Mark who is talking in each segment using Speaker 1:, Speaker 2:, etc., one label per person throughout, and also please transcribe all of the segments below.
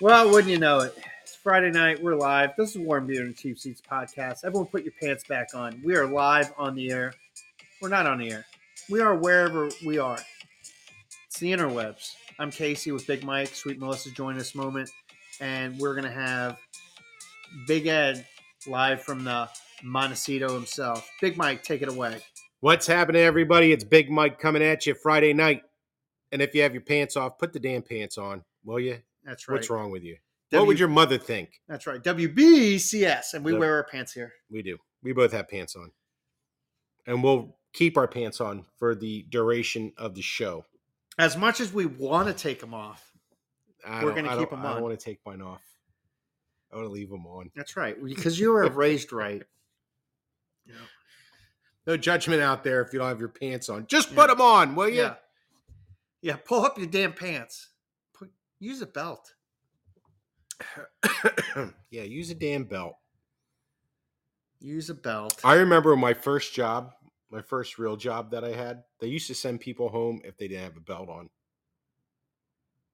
Speaker 1: Well, wouldn't you know it? It's Friday night. We're live. This is Warm Beer and Cheap Seats podcast. Everyone, put your pants back on. We are live on the air. We're not on the air. We are wherever we are. It's the interwebs. I'm Casey with Big Mike. Sweet Melissa joined this moment, and we're gonna have Big Ed live from the Montecito himself. Big Mike, take it away.
Speaker 2: What's happening, everybody? It's Big Mike coming at you Friday night. And if you have your pants off, put the damn pants on, will you?
Speaker 1: That's right.
Speaker 2: What's wrong with you?
Speaker 1: W-
Speaker 2: what would your mother think?
Speaker 1: That's right. WBCS, and we
Speaker 2: No.
Speaker 1: wear our pants here.
Speaker 2: We do. We both have pants on. And we'll keep our pants on for the duration of the show.
Speaker 1: As much as we want to take them off,
Speaker 2: I
Speaker 1: We're
Speaker 2: don't-
Speaker 1: gonna
Speaker 2: I
Speaker 1: keep
Speaker 2: don't-
Speaker 1: them
Speaker 2: I
Speaker 1: on.
Speaker 2: don't want to take mine off. I want to leave them on.
Speaker 1: That's right. Because you were raised right.
Speaker 2: No judgment out there if you don't have your pants on. Just
Speaker 1: Yeah.
Speaker 2: put them on, will you?
Speaker 1: Yeah. Yeah. Pull up your damn pants. Put, use a belt.
Speaker 2: yeah, use a damn belt.
Speaker 1: Use a belt.
Speaker 2: I remember my first job, my first real job that I had, they used to send people home if they didn't have a belt on.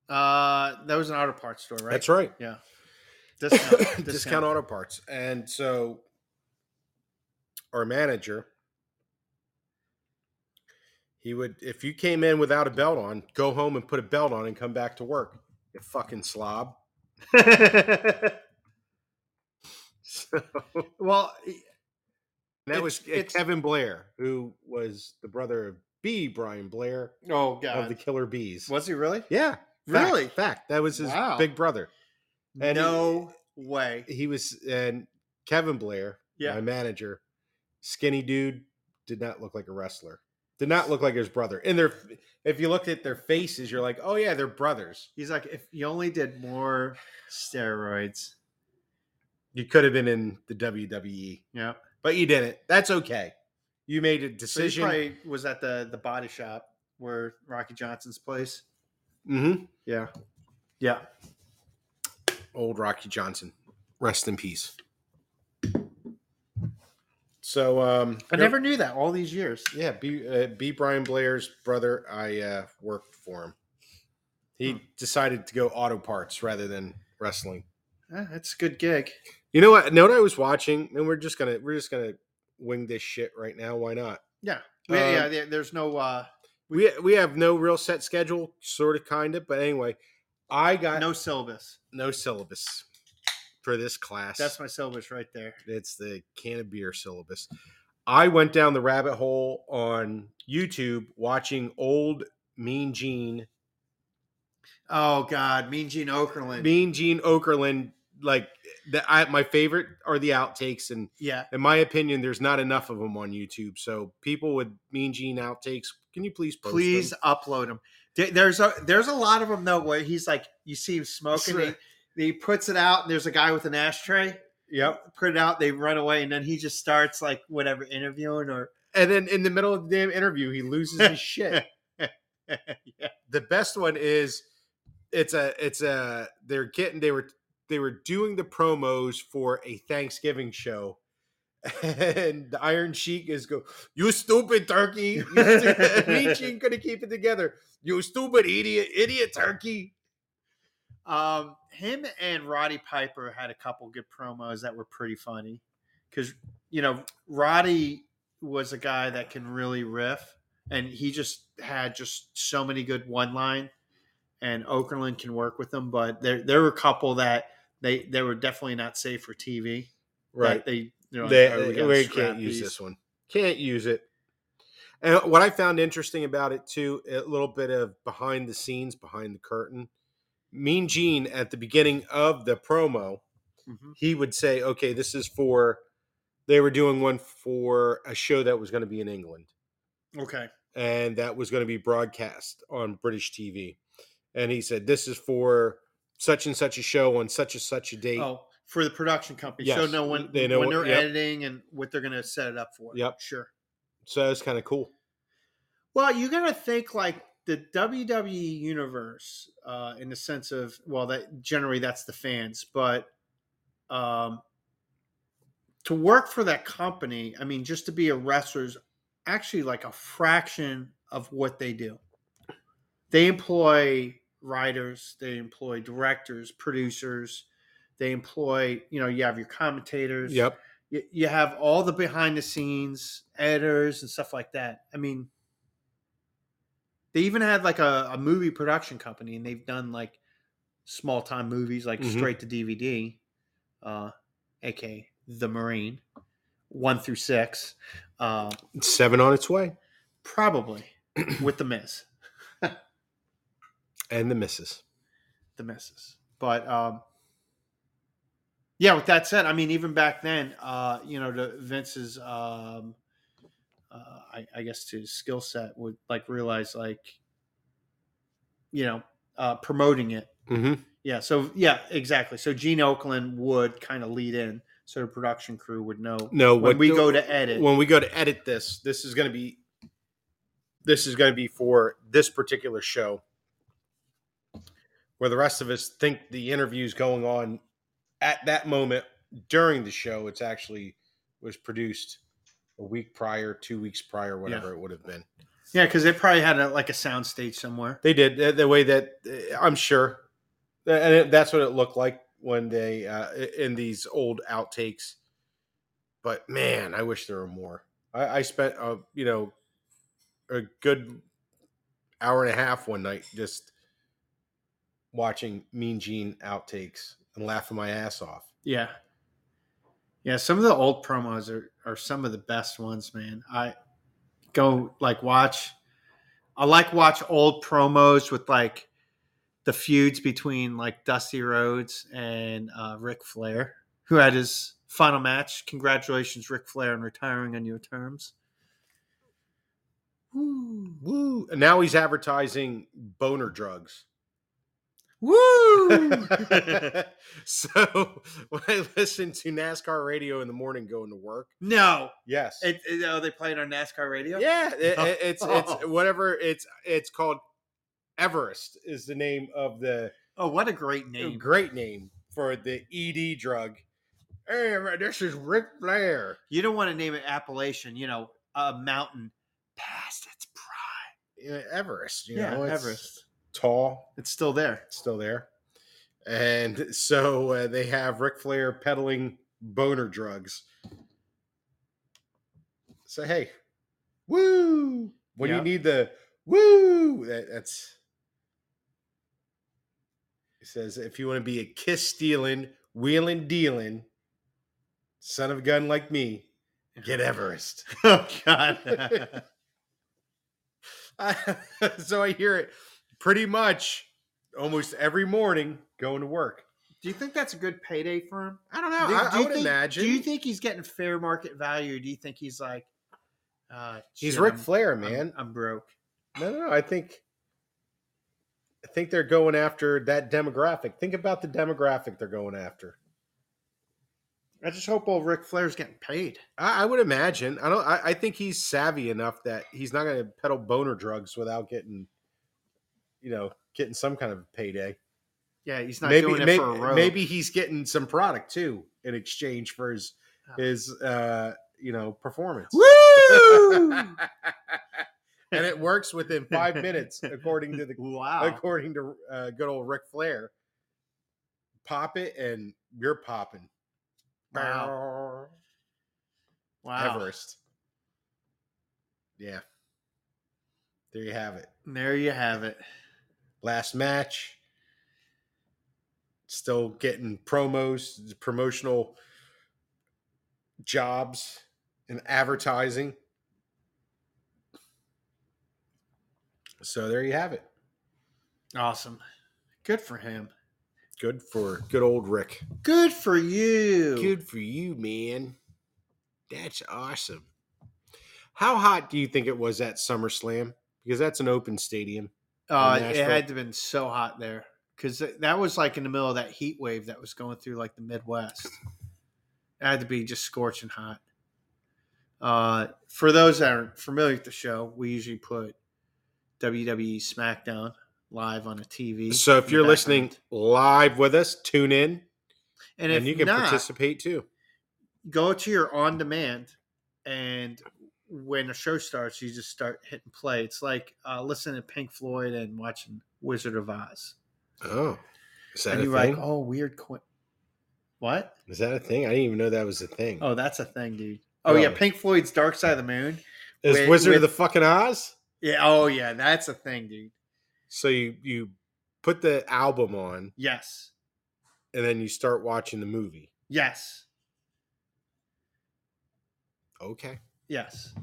Speaker 1: Uh, that was an auto parts store, right?
Speaker 2: That's right.
Speaker 1: Yeah. Discount.
Speaker 2: Discount. auto parts. And so our manager, he would, if you came in without a belt on, go home and put a belt on and come back to work. You fucking slob. So
Speaker 1: well,
Speaker 2: that
Speaker 1: It's-
Speaker 2: was uh,
Speaker 1: it's-
Speaker 2: Kevin Blair, who was the brother of B. Brian Blair
Speaker 1: oh
Speaker 2: of the Killer Bees.
Speaker 1: was he really?
Speaker 2: Yeah. fact,
Speaker 1: Really?
Speaker 2: Fact. That was his
Speaker 1: Wow.
Speaker 2: big brother. And he-
Speaker 1: no way.
Speaker 2: he was and Kevin Blair,
Speaker 1: Yeah.
Speaker 2: my manager, skinny dude, did not look like a wrestler. Did not look like his brother. And their if you looked at their faces, you're like, oh yeah, they're brothers.
Speaker 1: He's like, if you only did more steroids.
Speaker 2: You could have been in the WWE,
Speaker 1: Yeah.
Speaker 2: but you didn't. That's okay. You made a
Speaker 1: So he
Speaker 2: decision.
Speaker 1: probably was at the, the body shop where Rocky Johnson's place.
Speaker 2: mm-hmm.
Speaker 1: Yeah. Yeah.
Speaker 2: Old Rocky Johnson, rest in peace. So um,
Speaker 1: I never knew that all these years.
Speaker 2: Yeah, B, uh, B. Brian Blair's brother. I uh, worked for him. He
Speaker 1: Hmm.
Speaker 2: decided to go auto parts rather than wrestling.
Speaker 1: Eh, That's a good gig.
Speaker 2: You know what? Know what I was watching, and we're just gonna we're just gonna wing this shit right now. Why not?
Speaker 1: Yeah,
Speaker 2: Um,
Speaker 1: yeah. there- There's no uh,
Speaker 2: We we have no real set schedule, sort of, kind of. But anyway, I got no,
Speaker 1: no syllabus.
Speaker 2: syllabus for this class.
Speaker 1: That's my syllabus right there.
Speaker 2: It's the can of beer syllabus. I went down the rabbit hole on YouTube watching old Mean Gene
Speaker 1: Oh God, Mean Gene Okerlund.
Speaker 2: Mean Gene Okerlund, like the, I, my favorite are the outtakes, and
Speaker 1: yeah,
Speaker 2: in my opinion, there's not enough of them on YouTube. So people with Mean Gene outtakes, can you please post
Speaker 1: please
Speaker 2: them?
Speaker 1: upload him. There- There's a there's a lot of them though where he's like, you see him smoking, he,
Speaker 2: Sure.
Speaker 1: he puts it out, and there's a guy with an ashtray.
Speaker 2: Yep.
Speaker 1: Put it out, they run away, and then he just starts like whatever interviewing or
Speaker 2: And then in the middle of the damn interview, he loses his shit. The best one is it's a it's a they're getting they were they were doing the promos for a Thanksgiving show. And the Iron Sheik is go, you stupid turkey. You stu-" Mean Gene couldn't keep it together. You stupid idiot, idiot turkey.
Speaker 1: Um, him and Roddy Piper had a couple good promos that were pretty funny because you know Roddy was a guy that can really riff, and he just had just so many good one line. And Okerlund can work with them, but there there were a couple that they they were definitely not safe for TV. that
Speaker 2: Right.
Speaker 1: They you know
Speaker 2: They,
Speaker 1: oh, we
Speaker 2: we
Speaker 1: gotta scrap
Speaker 2: can't use
Speaker 1: these.
Speaker 2: this one. Can't use it. And what I found interesting about it too, a little bit of behind the scenes, behind the curtain. Mean Gene at the beginning of the promo,
Speaker 1: Mhm.
Speaker 2: he would say, "Okay, this is for." They were doing one for a show that was going to be in England,
Speaker 1: Okay.
Speaker 2: and that was going to be broadcast on British TV. And he said, "This is for such and such a show on such and such a date."
Speaker 1: Oh, for the production company, so
Speaker 2: Yes,
Speaker 1: no one
Speaker 2: they know
Speaker 1: when
Speaker 2: what-
Speaker 1: they're
Speaker 2: yep.
Speaker 1: editing and what they're going to set it up for.
Speaker 2: Yep.
Speaker 1: Sure.
Speaker 2: So it's kind of cool.
Speaker 1: Well, you gotta think like the WWE universe, uh, in the sense of well, that generally that's the fans, but um, to work for that company, I mean, just to be a wrestler's actually like a fraction of what they do. They employ writers, they employ directors, producers, they employ you know you have your commentators,
Speaker 2: Yep.
Speaker 1: you, you have all the behind the scenes editors and stuff like that. I mean, they even had like a, a movie production company and they've done like small time movies, like
Speaker 2: Mhm.
Speaker 1: straight to DVD, uh, aka The Marine, one through six, uh,
Speaker 2: Seven on its way.
Speaker 1: probably with The Miz,
Speaker 2: And the misses.
Speaker 1: The Misses. But, um, yeah, with that said, I mean, even back then, uh, you know, the Vince's, um, uh, I, I guess, to his skill set would like realize, like, you know, uh, promoting it.
Speaker 2: Mm-hmm.
Speaker 1: Yeah. So, yeah, exactly. So Gene Oakland would kind of lead in, so the production crew would know
Speaker 2: No,
Speaker 1: when
Speaker 2: what
Speaker 1: we
Speaker 2: the-
Speaker 1: go to edit.
Speaker 2: when we go to edit this, this is going to be this is going to be for this particular show. Where the rest of us think the interview's going on at that moment during the show, it's actually was produced a week prior, two weeks prior, whatever it would have been.
Speaker 1: yeah, because they probably had a, like a sound stage somewhere.
Speaker 2: They did the, the way that uh, I'm sure, and it- that's what it looked like when they uh, i- in these old outtakes. But man, I wish there were more. I, I spent a you know a good hour and a half one night just watching Mean Gene outtakes and laughing my ass off.
Speaker 1: Yeah. Yeah, some of the old promos are, are some of the best ones, man. I go like watch I like watch old promos with like the feuds between like Dusty Rhodes and uh Ric Flair, who had his final match. Congratulations, Ric Flair, on retiring on your terms. Woo.
Speaker 2: Woo! And now he's advertising boner drugs.
Speaker 1: Woo.
Speaker 2: so when I listen to NASCAR radio in the morning going to work,
Speaker 1: no.
Speaker 2: yes,
Speaker 1: It, it- oh, they play it on NASCAR radio?
Speaker 2: Yeah, it,
Speaker 1: Oh.
Speaker 2: it- it's it's whatever it's it's called. Everest is the name of the
Speaker 1: Oh, what a great name.
Speaker 2: great name for the ED drug. Hey, this is Ric Flair.
Speaker 1: You don't want to name it Appalachian, you know, a mountain past its prime.
Speaker 2: Yeah, Everest, you
Speaker 1: Yeah,
Speaker 2: know, it's
Speaker 1: Everest.
Speaker 2: tall,
Speaker 1: It's still there.
Speaker 2: it's still there. And so uh, they have Ric Flair peddling boner drugs. So hey, woo! When
Speaker 1: Yeah.
Speaker 2: you need the woo, that, that's it says if you want to be a kiss stealing, wheeling dealing, son of a gun like me, get Everest.
Speaker 1: Oh
Speaker 2: I- so I hear it pretty much almost every morning going to work.
Speaker 1: do you think that's a good payday for him?
Speaker 2: I don't know.
Speaker 1: do,
Speaker 2: I,
Speaker 1: do
Speaker 2: I
Speaker 1: you
Speaker 2: would
Speaker 1: think,
Speaker 2: imagine.
Speaker 1: Do you think he's getting fair market value? Do you think he's like uh
Speaker 2: he's
Speaker 1: shit,
Speaker 2: Ric
Speaker 1: I'm-
Speaker 2: Flair,
Speaker 1: I'm-
Speaker 2: man?
Speaker 1: I'm, broke.
Speaker 2: No, no, no. I think, I think they're going after that demographic. Think about the demographic they're going after.
Speaker 1: I just hope old Ric Flair's getting paid.
Speaker 2: I, I would imagine. I don't. I, I think he's savvy enough that he's not going to peddle boner drugs without getting, you know, getting some kind of payday.
Speaker 1: Yeah, he's not
Speaker 2: Maybe,
Speaker 1: doing it
Speaker 2: maybe,
Speaker 1: for a row.
Speaker 2: maybe he's getting some product too in exchange for his
Speaker 1: Oh.
Speaker 2: his uh, you know performance.
Speaker 1: Woo!
Speaker 2: and it works within five minutes, according to the
Speaker 1: wow.
Speaker 2: according to uh, good old Ric Flair. Pop it and you're popping.
Speaker 1: Wow. Wow.
Speaker 2: Everest. Yeah. There you have it.
Speaker 1: There you have it.
Speaker 2: Last match. Still getting promos, promotional jobs, and advertising. So there you have it.
Speaker 1: Awesome. Good for him.
Speaker 2: Good for good old Rick.
Speaker 1: Good for you.
Speaker 2: Good for you, man. That's awesome. How hot do you think it was at SummerSlam? Because that's an open stadium.
Speaker 1: Uh, it
Speaker 2: Nashville.
Speaker 1: had to have been so hot there because that was like in the middle of that heat wave that was going through like the Midwest. It had to be just scorching hot. Uh, for those that aren't familiar with the show, we usually put WWE SmackDown live on a TV.
Speaker 2: So
Speaker 1: in
Speaker 2: if
Speaker 1: the
Speaker 2: you're
Speaker 1: background.
Speaker 2: listening live with us, tune in
Speaker 1: and,
Speaker 2: and,
Speaker 1: if
Speaker 2: you can
Speaker 1: not,
Speaker 2: participate too.
Speaker 1: go to your on demand and when a show starts you just start hitting play it's like uh, listening to pink floyd and watching wizard of oz
Speaker 2: Oh. Is that
Speaker 1: and
Speaker 2: a
Speaker 1: you're
Speaker 2: thing?
Speaker 1: like oh weird coin what
Speaker 2: Is that a thing? I didn't even know that was a thing.
Speaker 1: oh that's a thing dude oh yeah
Speaker 2: Really?
Speaker 1: pink floyd's dark side of the moon
Speaker 2: Is
Speaker 1: with-
Speaker 2: Wizard of the
Speaker 1: with-
Speaker 2: fucking Oz?
Speaker 1: yeah oh yeah that's a thing dude
Speaker 2: So you you put the album on
Speaker 1: yes
Speaker 2: and then you start watching the movie.
Speaker 1: yes
Speaker 2: Okay.
Speaker 1: yes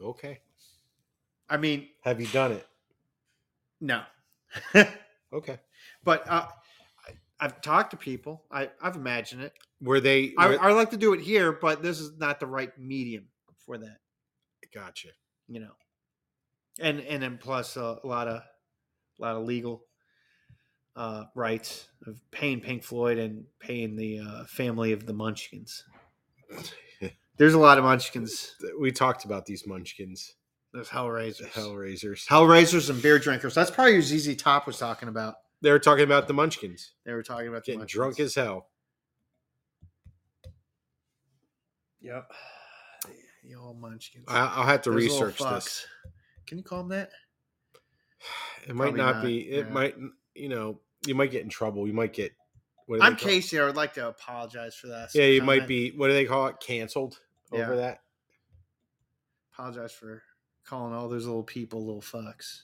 Speaker 2: Okay.
Speaker 1: i mean
Speaker 2: Have you done it?
Speaker 1: no
Speaker 2: Okay.
Speaker 1: but uh, I- i've talked to people I, i've imagined it
Speaker 2: Were they
Speaker 1: I,
Speaker 2: were-
Speaker 1: I like to do it here but this is not the right medium for that
Speaker 2: gotcha.
Speaker 1: you know, and and then plus a, lot of a lot of legal uh, rights of paying Pink Floyd and paying the uh, family of the Munchkins. There's a lot of Munchkins.
Speaker 2: We talked about these munchkins,
Speaker 1: There's
Speaker 2: the
Speaker 1: Hellraisers,
Speaker 2: Hellraisers.
Speaker 1: Hellraisers, and beer drinkers. That's probably who ZZ Top was talking about.
Speaker 2: They were talking about the munchkins.
Speaker 1: They were talking about the
Speaker 2: Getting drunk
Speaker 1: Munchkins.
Speaker 2: as hell.
Speaker 1: yep. The old Munchkins.
Speaker 2: I, I'll have to
Speaker 1: Those little
Speaker 2: research this.
Speaker 1: fucks. Can you call them that?
Speaker 2: It might
Speaker 1: Probably
Speaker 2: not,
Speaker 1: not,
Speaker 2: be. It
Speaker 1: yeah.
Speaker 2: might. You know, you might get in trouble. You might get. What do they
Speaker 1: I'm
Speaker 2: call-
Speaker 1: Casey. I would like to apologize for that.
Speaker 2: Yeah, you
Speaker 1: comment.
Speaker 2: might be. What do they call it? Cancelled
Speaker 1: Yeah.
Speaker 2: over that.
Speaker 1: apologize for calling all those little people little fucks.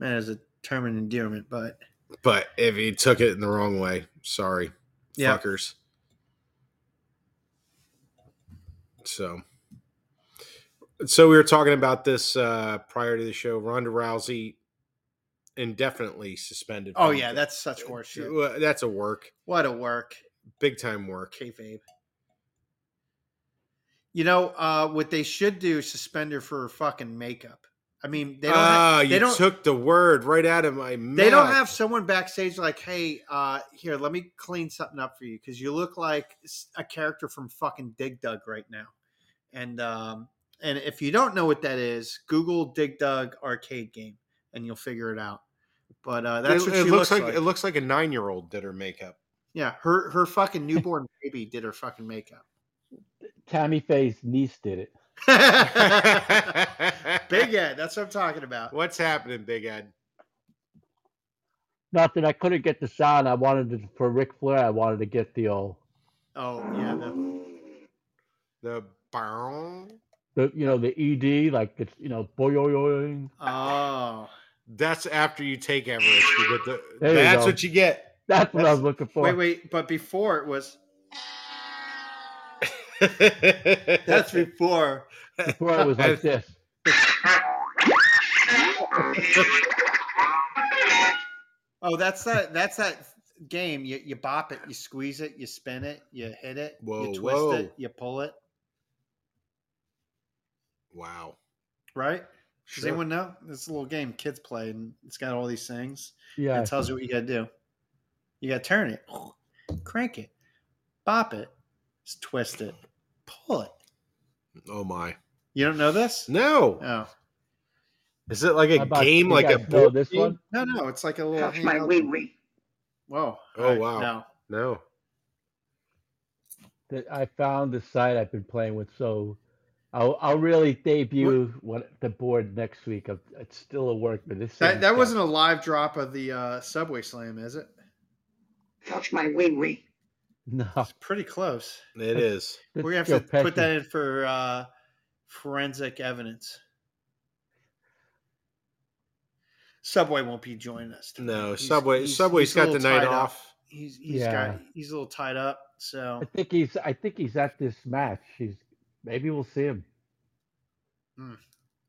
Speaker 1: Man, as a term of endearment, but
Speaker 2: But if you took it in the wrong way, sorry,
Speaker 1: yeah,
Speaker 2: fuckers. So, so we were talking about this uh, prior to the show. Ronda Rousey indefinitely suspended.
Speaker 1: oh
Speaker 2: from-
Speaker 1: yeah, that's such horseshit.
Speaker 2: Well, That's a work,
Speaker 1: What a work,
Speaker 2: big time work.
Speaker 1: kayfabe. You know uh, what they should do? is Suspend her for her fucking makeup. I mean, they don't. ha-
Speaker 2: Ah,
Speaker 1: they
Speaker 2: you
Speaker 1: don't-
Speaker 2: took the word right out of my mouth.
Speaker 1: they don't have someone backstage like, hey, uh, here, let me clean something up for you because you look like s- a character from fucking Dig Dug right now. And um, and if you don't know what that is, Google Dig Dug arcade game and you'll figure it out. But uh, that's
Speaker 2: it,
Speaker 1: what
Speaker 2: it
Speaker 1: she looks,
Speaker 2: looks like,
Speaker 1: like.
Speaker 2: It looks like a nine year old did her makeup.
Speaker 1: yeah, her her fucking newborn baby did her fucking makeup.
Speaker 3: Tammy Faye's niece did it.
Speaker 1: Big Ed, that's what I'm talking about.
Speaker 2: What's happening, Big Ed?
Speaker 3: Nothing. I couldn't get the sound I wanted to, for Ric Flair. I wanted to get the uh, old,
Speaker 1: Oh yeah, the,
Speaker 2: The bow.
Speaker 3: the you know, the ED, like it's you know, boing.
Speaker 1: oh.
Speaker 2: That's after you take Everest. You get the,
Speaker 3: There you
Speaker 2: that's
Speaker 3: go.
Speaker 2: what you get.
Speaker 3: That's what I was looking for.
Speaker 1: Wait, wait, but before it was that's
Speaker 2: that's
Speaker 1: before
Speaker 3: Before it was like this.
Speaker 1: Oh, that's that. That's that game. You you bop it, you squeeze it, you spin it, you hit it,
Speaker 2: Whoa,
Speaker 1: you twist
Speaker 2: whoa.
Speaker 1: it, you pull it.
Speaker 2: wow.
Speaker 1: Right? Does
Speaker 2: Sure.
Speaker 1: anyone know? It's a little game kids play, and it's got all these things.
Speaker 3: Yeah.
Speaker 1: It tells you what you got to do. You got to turn it, crank it, bop it, just twist it, pull it.
Speaker 2: Oh my.
Speaker 1: You don't know this? Oh.
Speaker 2: No.
Speaker 1: No,
Speaker 2: Is it like
Speaker 3: How
Speaker 2: a
Speaker 3: about-
Speaker 2: game?
Speaker 3: you
Speaker 2: Like a
Speaker 3: guys know
Speaker 2: board
Speaker 3: this
Speaker 2: game?
Speaker 3: one?
Speaker 1: no, no. It's like a little.
Speaker 4: Touch my
Speaker 1: handheld-
Speaker 4: wee wee.
Speaker 1: Whoa!
Speaker 2: Oh,
Speaker 1: All
Speaker 2: wow.
Speaker 1: No,
Speaker 2: No.
Speaker 3: that I found the site I've been playing with. So I'll, I'll really debut what the board next week. i it's still a work, but this
Speaker 1: that that wasn't a live drop of the uh, Subway Slam, is it?
Speaker 4: Touch my wee wee.
Speaker 3: no.
Speaker 1: It's pretty close.
Speaker 2: It is.
Speaker 1: We're gonna have to put that in for uh, forensic evidence. Subway won't be joining us. tonight.
Speaker 2: No.
Speaker 1: He's-
Speaker 2: Subway.
Speaker 1: he's-
Speaker 2: Subway's
Speaker 1: he's a
Speaker 2: got the
Speaker 1: little
Speaker 2: night
Speaker 1: tied up.
Speaker 2: off.
Speaker 1: He's he's got he's a little tied up. So
Speaker 3: I think he's. I think he's at this match. He's maybe we'll see him.
Speaker 1: Hmm.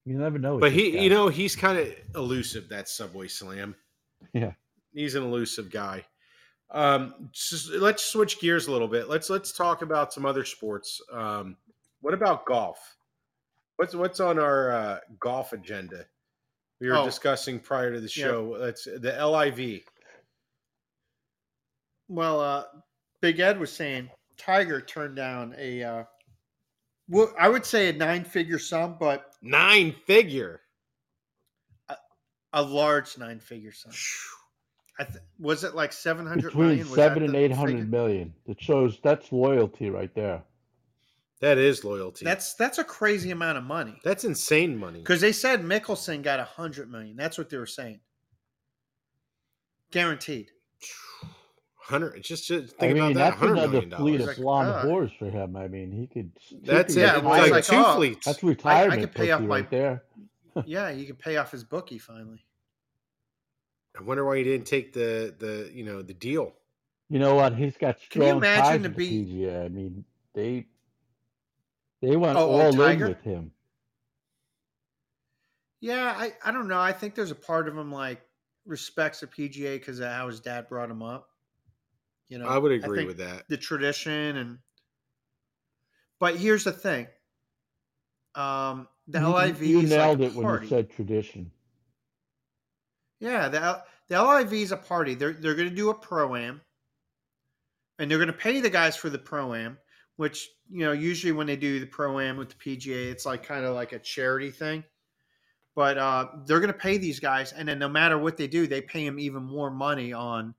Speaker 3: You never know. with
Speaker 2: But
Speaker 3: this
Speaker 2: he,
Speaker 3: guy.
Speaker 2: you know, he's kind of elusive. That Subway Slam.
Speaker 3: Yeah.
Speaker 2: he's an elusive guy. Um, s- let's switch gears a little bit. Let's let's talk about some other sports. Um, what about golf? What's what's on our uh, golf agenda? We were
Speaker 1: Oh.
Speaker 2: discussing prior to the
Speaker 1: Yeah.
Speaker 2: show. That's the LIV.
Speaker 1: well, uh, Big Ed was saying Tiger turned down a, uh, well, I would say a nine figure sum, but
Speaker 2: Nine figure.
Speaker 1: a large nine figure sum. I th- was it like seven hundred
Speaker 3: between
Speaker 1: million? Was that
Speaker 3: seven and
Speaker 1: the
Speaker 3: eight hundred
Speaker 1: figure?
Speaker 3: million. That shows that's loyalty right there.
Speaker 2: That is loyalty.
Speaker 1: That's that's a crazy amount of money.
Speaker 2: that's insane money.
Speaker 1: Because they said Mickelson got a hundred million. That's what they were saying. Guaranteed.
Speaker 2: Hundred. Just, just
Speaker 3: I
Speaker 2: think
Speaker 3: mean,
Speaker 2: about that.
Speaker 3: that's
Speaker 2: Hundred
Speaker 3: another
Speaker 2: million
Speaker 3: fleet
Speaker 2: dollars.
Speaker 3: of
Speaker 1: Like,
Speaker 3: blonde
Speaker 1: God.
Speaker 3: whores for him. I mean, he could. he
Speaker 2: That's
Speaker 3: could
Speaker 2: it.
Speaker 1: Yeah,
Speaker 3: retire.
Speaker 1: well, it's
Speaker 2: like,
Speaker 1: like,
Speaker 2: two
Speaker 1: oh,
Speaker 2: fleets.
Speaker 3: that's retirement
Speaker 1: pay off
Speaker 3: pussy
Speaker 1: my-
Speaker 3: right there.
Speaker 1: yeah, he could pay off his bookie finally.
Speaker 2: I wonder why he didn't take the the you know the deal.
Speaker 3: You know what? He's got
Speaker 1: Can you
Speaker 3: strong
Speaker 1: imagine
Speaker 3: ties
Speaker 1: to
Speaker 3: with
Speaker 1: be-
Speaker 3: the PGA. I mean, they they went
Speaker 1: Oh, oh,
Speaker 3: all in
Speaker 1: Tiger?
Speaker 3: with him.
Speaker 1: Yeah, I, I don't know. I think there's a part of him like respects the PGA because of how his dad brought him up. You know,
Speaker 2: I would agree
Speaker 1: think
Speaker 2: with that.
Speaker 1: the tradition and. But here's the thing. Um, the
Speaker 3: You-
Speaker 1: LIV
Speaker 3: you, you
Speaker 1: is
Speaker 3: nailed
Speaker 1: like
Speaker 3: it
Speaker 1: a
Speaker 3: when
Speaker 1: party.
Speaker 3: you said tradition.
Speaker 1: Yeah, the L- the LIV is a party. They're they're going to do a pro am, and they're going to pay the guys for the pro am. Which you know, usually when they do the pro am with the PGA, it's like kind of like a charity thing. But uh, they're going to pay these guys, and then no matter what they do, they pay them even more money on,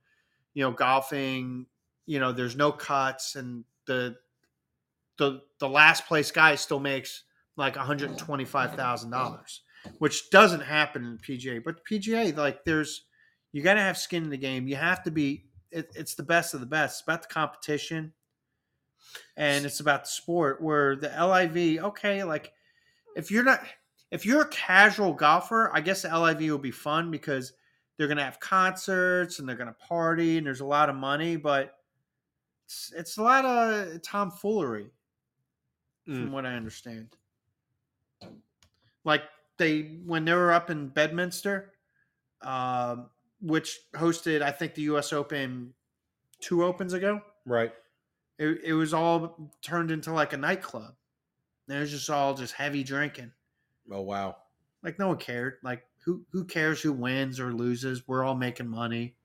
Speaker 1: you know, golfing. You know, there's no cuts, and the the the last place guy still makes like one hundred twenty five thousand dollars which doesn't happen in PGA. But PGA, like, there's you got to have skin in the game. You have to be. It, it's the best of the best. It's about the competition, and it's about the sport. Where the LIV, okay, like if you're not if you're a casual golfer, I guess the LIV will be fun because they're gonna have concerts and they're gonna party and there's a lot of money, but it's, it's a lot of tomfoolery, from what I understand. Like they when they were up in Bedminster, um, which hosted I think the U.S. Open two opens ago.
Speaker 2: Right.
Speaker 1: It, it was all turned into like a nightclub. And it was just all just heavy drinking.
Speaker 2: Oh wow.
Speaker 1: Like no one cared. Like who who cares who wins or loses? We're all making money.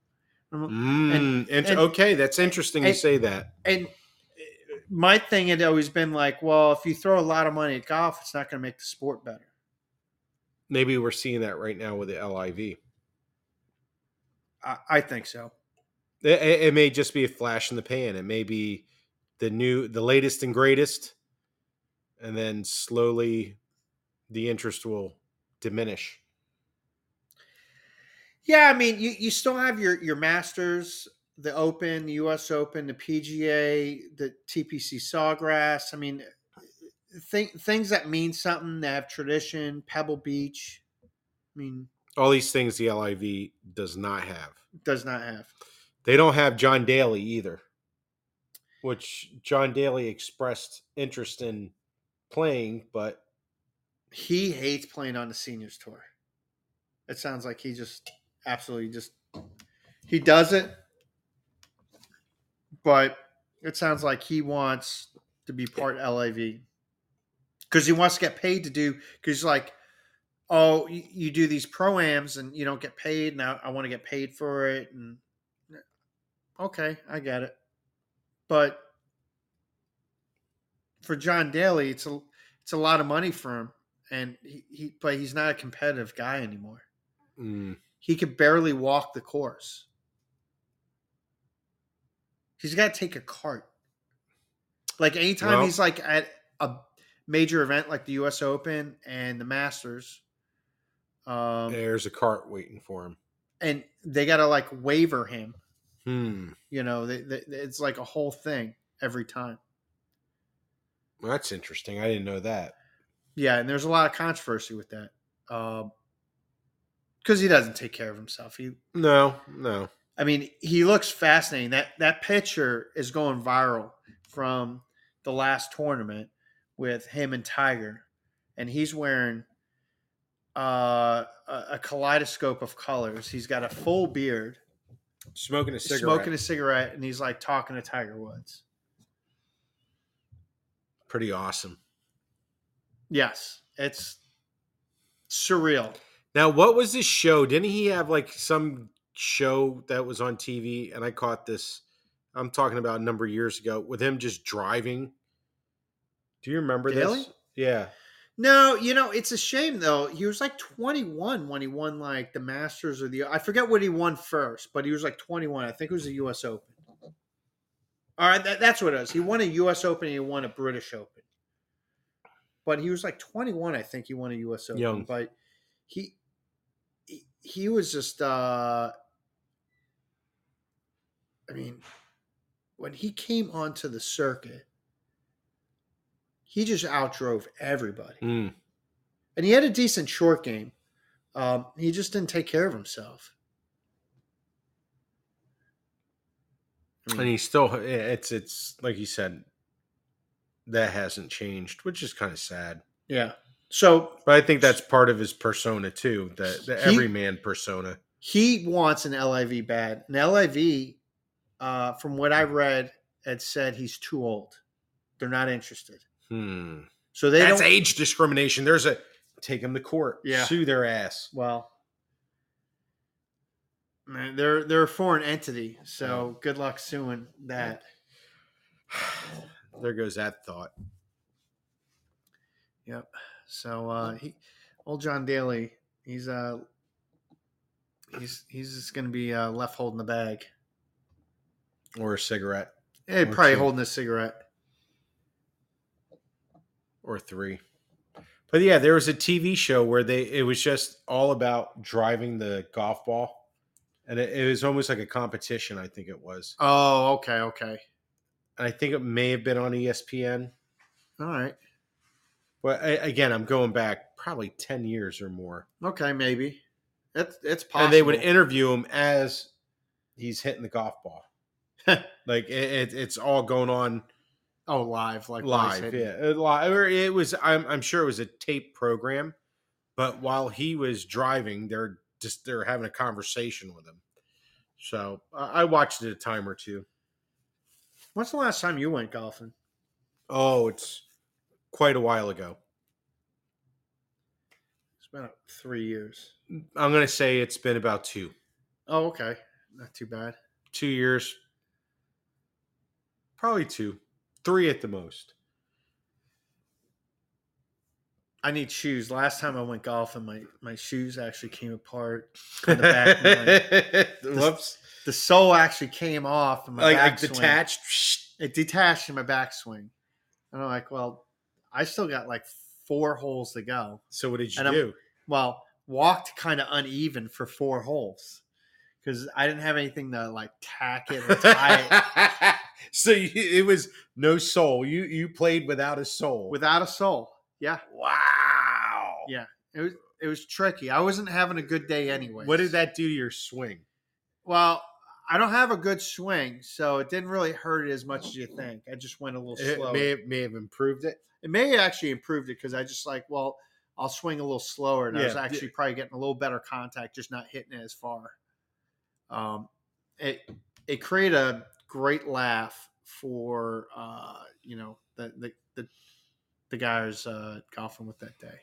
Speaker 2: Mm, int-
Speaker 1: and-
Speaker 2: okay, that's interesting you
Speaker 1: and-
Speaker 2: say that.
Speaker 1: And eh, my thing had always been like, well, if you throw a lot of money at golf, it's not going to make the sport better.
Speaker 2: Maybe we're seeing that right now with the LIV. It,
Speaker 1: I, I think so.
Speaker 2: it- it may just be a flash in the pan. It may be the new, the latest and greatest, and then slowly the interest will diminish.
Speaker 1: Yeah, I mean, you, you still have your your Masters, the Open, the U.S. Open, the PGA, the TPC Sawgrass. I mean, th- things that mean something that have tradition. Pebble Beach. I mean,
Speaker 2: All these things the LIV does not have.
Speaker 1: does not have.
Speaker 2: They don't have John Daly either, which John Daly expressed interest in playing, but
Speaker 1: He hates playing on the seniors tour. It sounds like he just absolutely just he does it, but it sounds like he wants to be part LAV because he wants to get paid to do. Because like, oh, you, you do these proams and you don't get paid, and I, I want to get paid for it. And okay, I get it, but for John Daly, it's a it's a lot of money for him, and he, he but he's not a competitive guy anymore.
Speaker 2: mm,
Speaker 1: He could barely walk the course. He's got to take a cart. Like anytime
Speaker 2: Well-
Speaker 1: he's like at a major event like the U.S. Open and the Masters, um,
Speaker 2: there's a cart waiting for him.
Speaker 1: and they got to like waiver him.
Speaker 2: Hmm.
Speaker 1: You know, they, they, it's like a whole thing every time.
Speaker 2: Well, that's interesting. I didn't know that.
Speaker 1: Yeah, and there's a lot of controversy with that because he doesn't take care of himself. He
Speaker 2: No, no.
Speaker 1: I mean, he looks fascinating. That that picture is going viral from the last tournament with him and Tiger, and he's wearing uh, a, a kaleidoscope of colors. He's got a full beard,
Speaker 2: Smoking a
Speaker 1: he's
Speaker 2: cigarette.
Speaker 1: smoking a cigarette, and he's like talking to Tiger Woods.
Speaker 2: pretty awesome.
Speaker 1: Yes, it's surreal.
Speaker 2: Now, what was this show? Didn't he have like some show that was on TV? And I caught this. I'm talking about a number of years ago with him just driving. Do you remember
Speaker 1: Daily?
Speaker 2: this? Yeah,
Speaker 1: No, you know, it's a shame though. He was like 21 when he won like the Masters or the I forget what he won first, but he was like 21. I think it was the US Open. All right, that, that's what it was. He won a US Open and he won a British Open. But he was like 21, I think he won a US Open,
Speaker 2: Young.
Speaker 1: but he he- he was just uh I mean, when he came onto the circuit, he just outdrove everybody
Speaker 2: Mm.
Speaker 1: and he had a decent short game. Um, he just didn't take care of himself.
Speaker 2: And
Speaker 1: Mm.
Speaker 2: he still, yeah, it's it's like you said, that hasn't changed, which is kind of sad.
Speaker 1: Yeah. So
Speaker 2: But I think that's part of his persona too, the the
Speaker 1: He-
Speaker 2: everyman persona.
Speaker 1: he wants an LIV bad. An LIV, uh, from what I read, had said he's too old. They're not interested.
Speaker 2: Hmm.
Speaker 1: So they
Speaker 2: that's
Speaker 1: don't.
Speaker 2: age discrimination. There's a take them to court.
Speaker 1: Yeah.
Speaker 2: Sue their ass.
Speaker 1: Well, man, they're they're a foreign entity. So good luck suing that.
Speaker 2: There goes that thought.
Speaker 1: Yep. So uh he old John Daly, he's uh he's he's just gonna be uh left holding the bag.
Speaker 2: Or a cigarette.
Speaker 1: Hey,
Speaker 2: Or
Speaker 1: probably
Speaker 2: two.
Speaker 1: holding a cigarette.
Speaker 2: or three. But yeah, there was a TV show where they it was just all about driving the golf ball, and it, it was almost like a competition. I think it was,
Speaker 1: Oh, okay, okay.
Speaker 2: and I think it may have been on E ESPN.
Speaker 1: All right.
Speaker 2: But I, again, I'm going back probably ten years or more,
Speaker 1: Okay, maybe. That's it's possible.
Speaker 2: and they would interview him as he's hitting the golf ball. like it, it, it's all going on
Speaker 1: oh live, like
Speaker 2: live, yeah, it live. Or it was. I'm, I'm sure it was a tape program, but while he was driving, they're just they're having a conversation with him. So I I watched it a time or two.
Speaker 1: When's the last time you went golfing?
Speaker 2: Oh, it's quite a while ago.
Speaker 1: It's been about three years.
Speaker 2: I'm gonna say it's been about two
Speaker 1: Oh, okay. Not too bad.
Speaker 2: two years, probably two, three at the most.
Speaker 1: I need shoes. Last time I went golfing, my my shoes actually came apart. On the back nine.
Speaker 2: Whoops!
Speaker 1: The sole actually came off. And my
Speaker 2: Like, like
Speaker 1: backswing-
Speaker 2: detached.
Speaker 1: it detached in my backswing. And I'm like, well, I still got like four holes to go.
Speaker 2: So what did you
Speaker 1: And I'm-
Speaker 2: do?
Speaker 1: Well, walked kind of uneven for four holes because I didn't have anything to like tack it or tie it.
Speaker 2: so you, it was no soul. You you played without a soul.
Speaker 1: without a soul. Yeah,
Speaker 2: wow.
Speaker 1: Yeah. it was it was tricky. I wasn't having a good day anyway.
Speaker 2: What did that do to your swing?
Speaker 1: Well, I don't have a good swing, so it didn't really hurt it as much as you think. I just went a little
Speaker 2: It
Speaker 1: slow.
Speaker 2: may, may have improved it.
Speaker 1: it may have actually improved it because I just like, well, I'll swing a little slower, and I was
Speaker 2: Yeah.
Speaker 1: actually probably getting a little better contact, just not hitting it as far. Um, it it created a great laugh for uh, you know the the the, the guy who's uh, golfing with that day.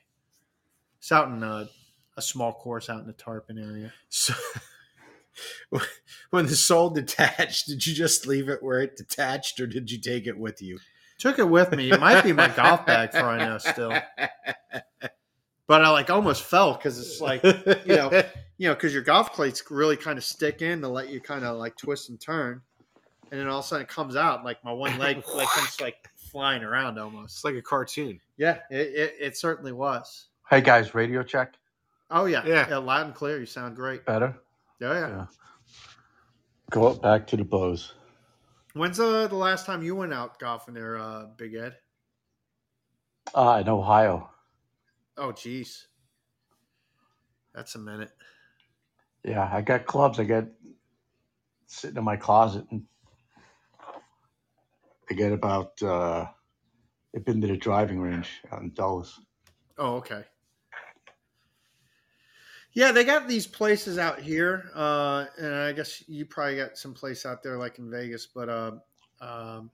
Speaker 1: It's out in a, a small course out in the Tarpon area.
Speaker 2: So when the soul detached, did you just leave it where it detached, or did you take it with you?
Speaker 1: Took it with me. It might be my golf bag for I know still, but I like almost fell because it's like
Speaker 2: you
Speaker 1: know, you know, because your golf plates really kind of stick in to let you kind of like twist and turn, and then all of a sudden it comes out and, like my one leg like comes like flying around
Speaker 2: it's
Speaker 1: almost.
Speaker 2: like a cartoon.
Speaker 1: Yeah, it, it, it certainly was.
Speaker 3: Hey guys, radio check.
Speaker 1: Oh yeah,
Speaker 2: Yeah.
Speaker 1: loud and clear. You sound great. Oh
Speaker 3: Better.
Speaker 1: yeah.
Speaker 3: Yeah. Go back to the blows.
Speaker 1: When's uh, the last time you went out golfing there, uh, Big Ed?
Speaker 3: Uh, in Ohio.
Speaker 1: Oh jeez, that's a minute.
Speaker 3: Yeah, I got clubs. I got sitting in my closet. And I got about. Uh, I've been to the driving range out in Dulles.
Speaker 1: Oh, okay. Yeah, they got these places out here, uh, and I guess you probably got some place out there, like in Vegas. But uh, um,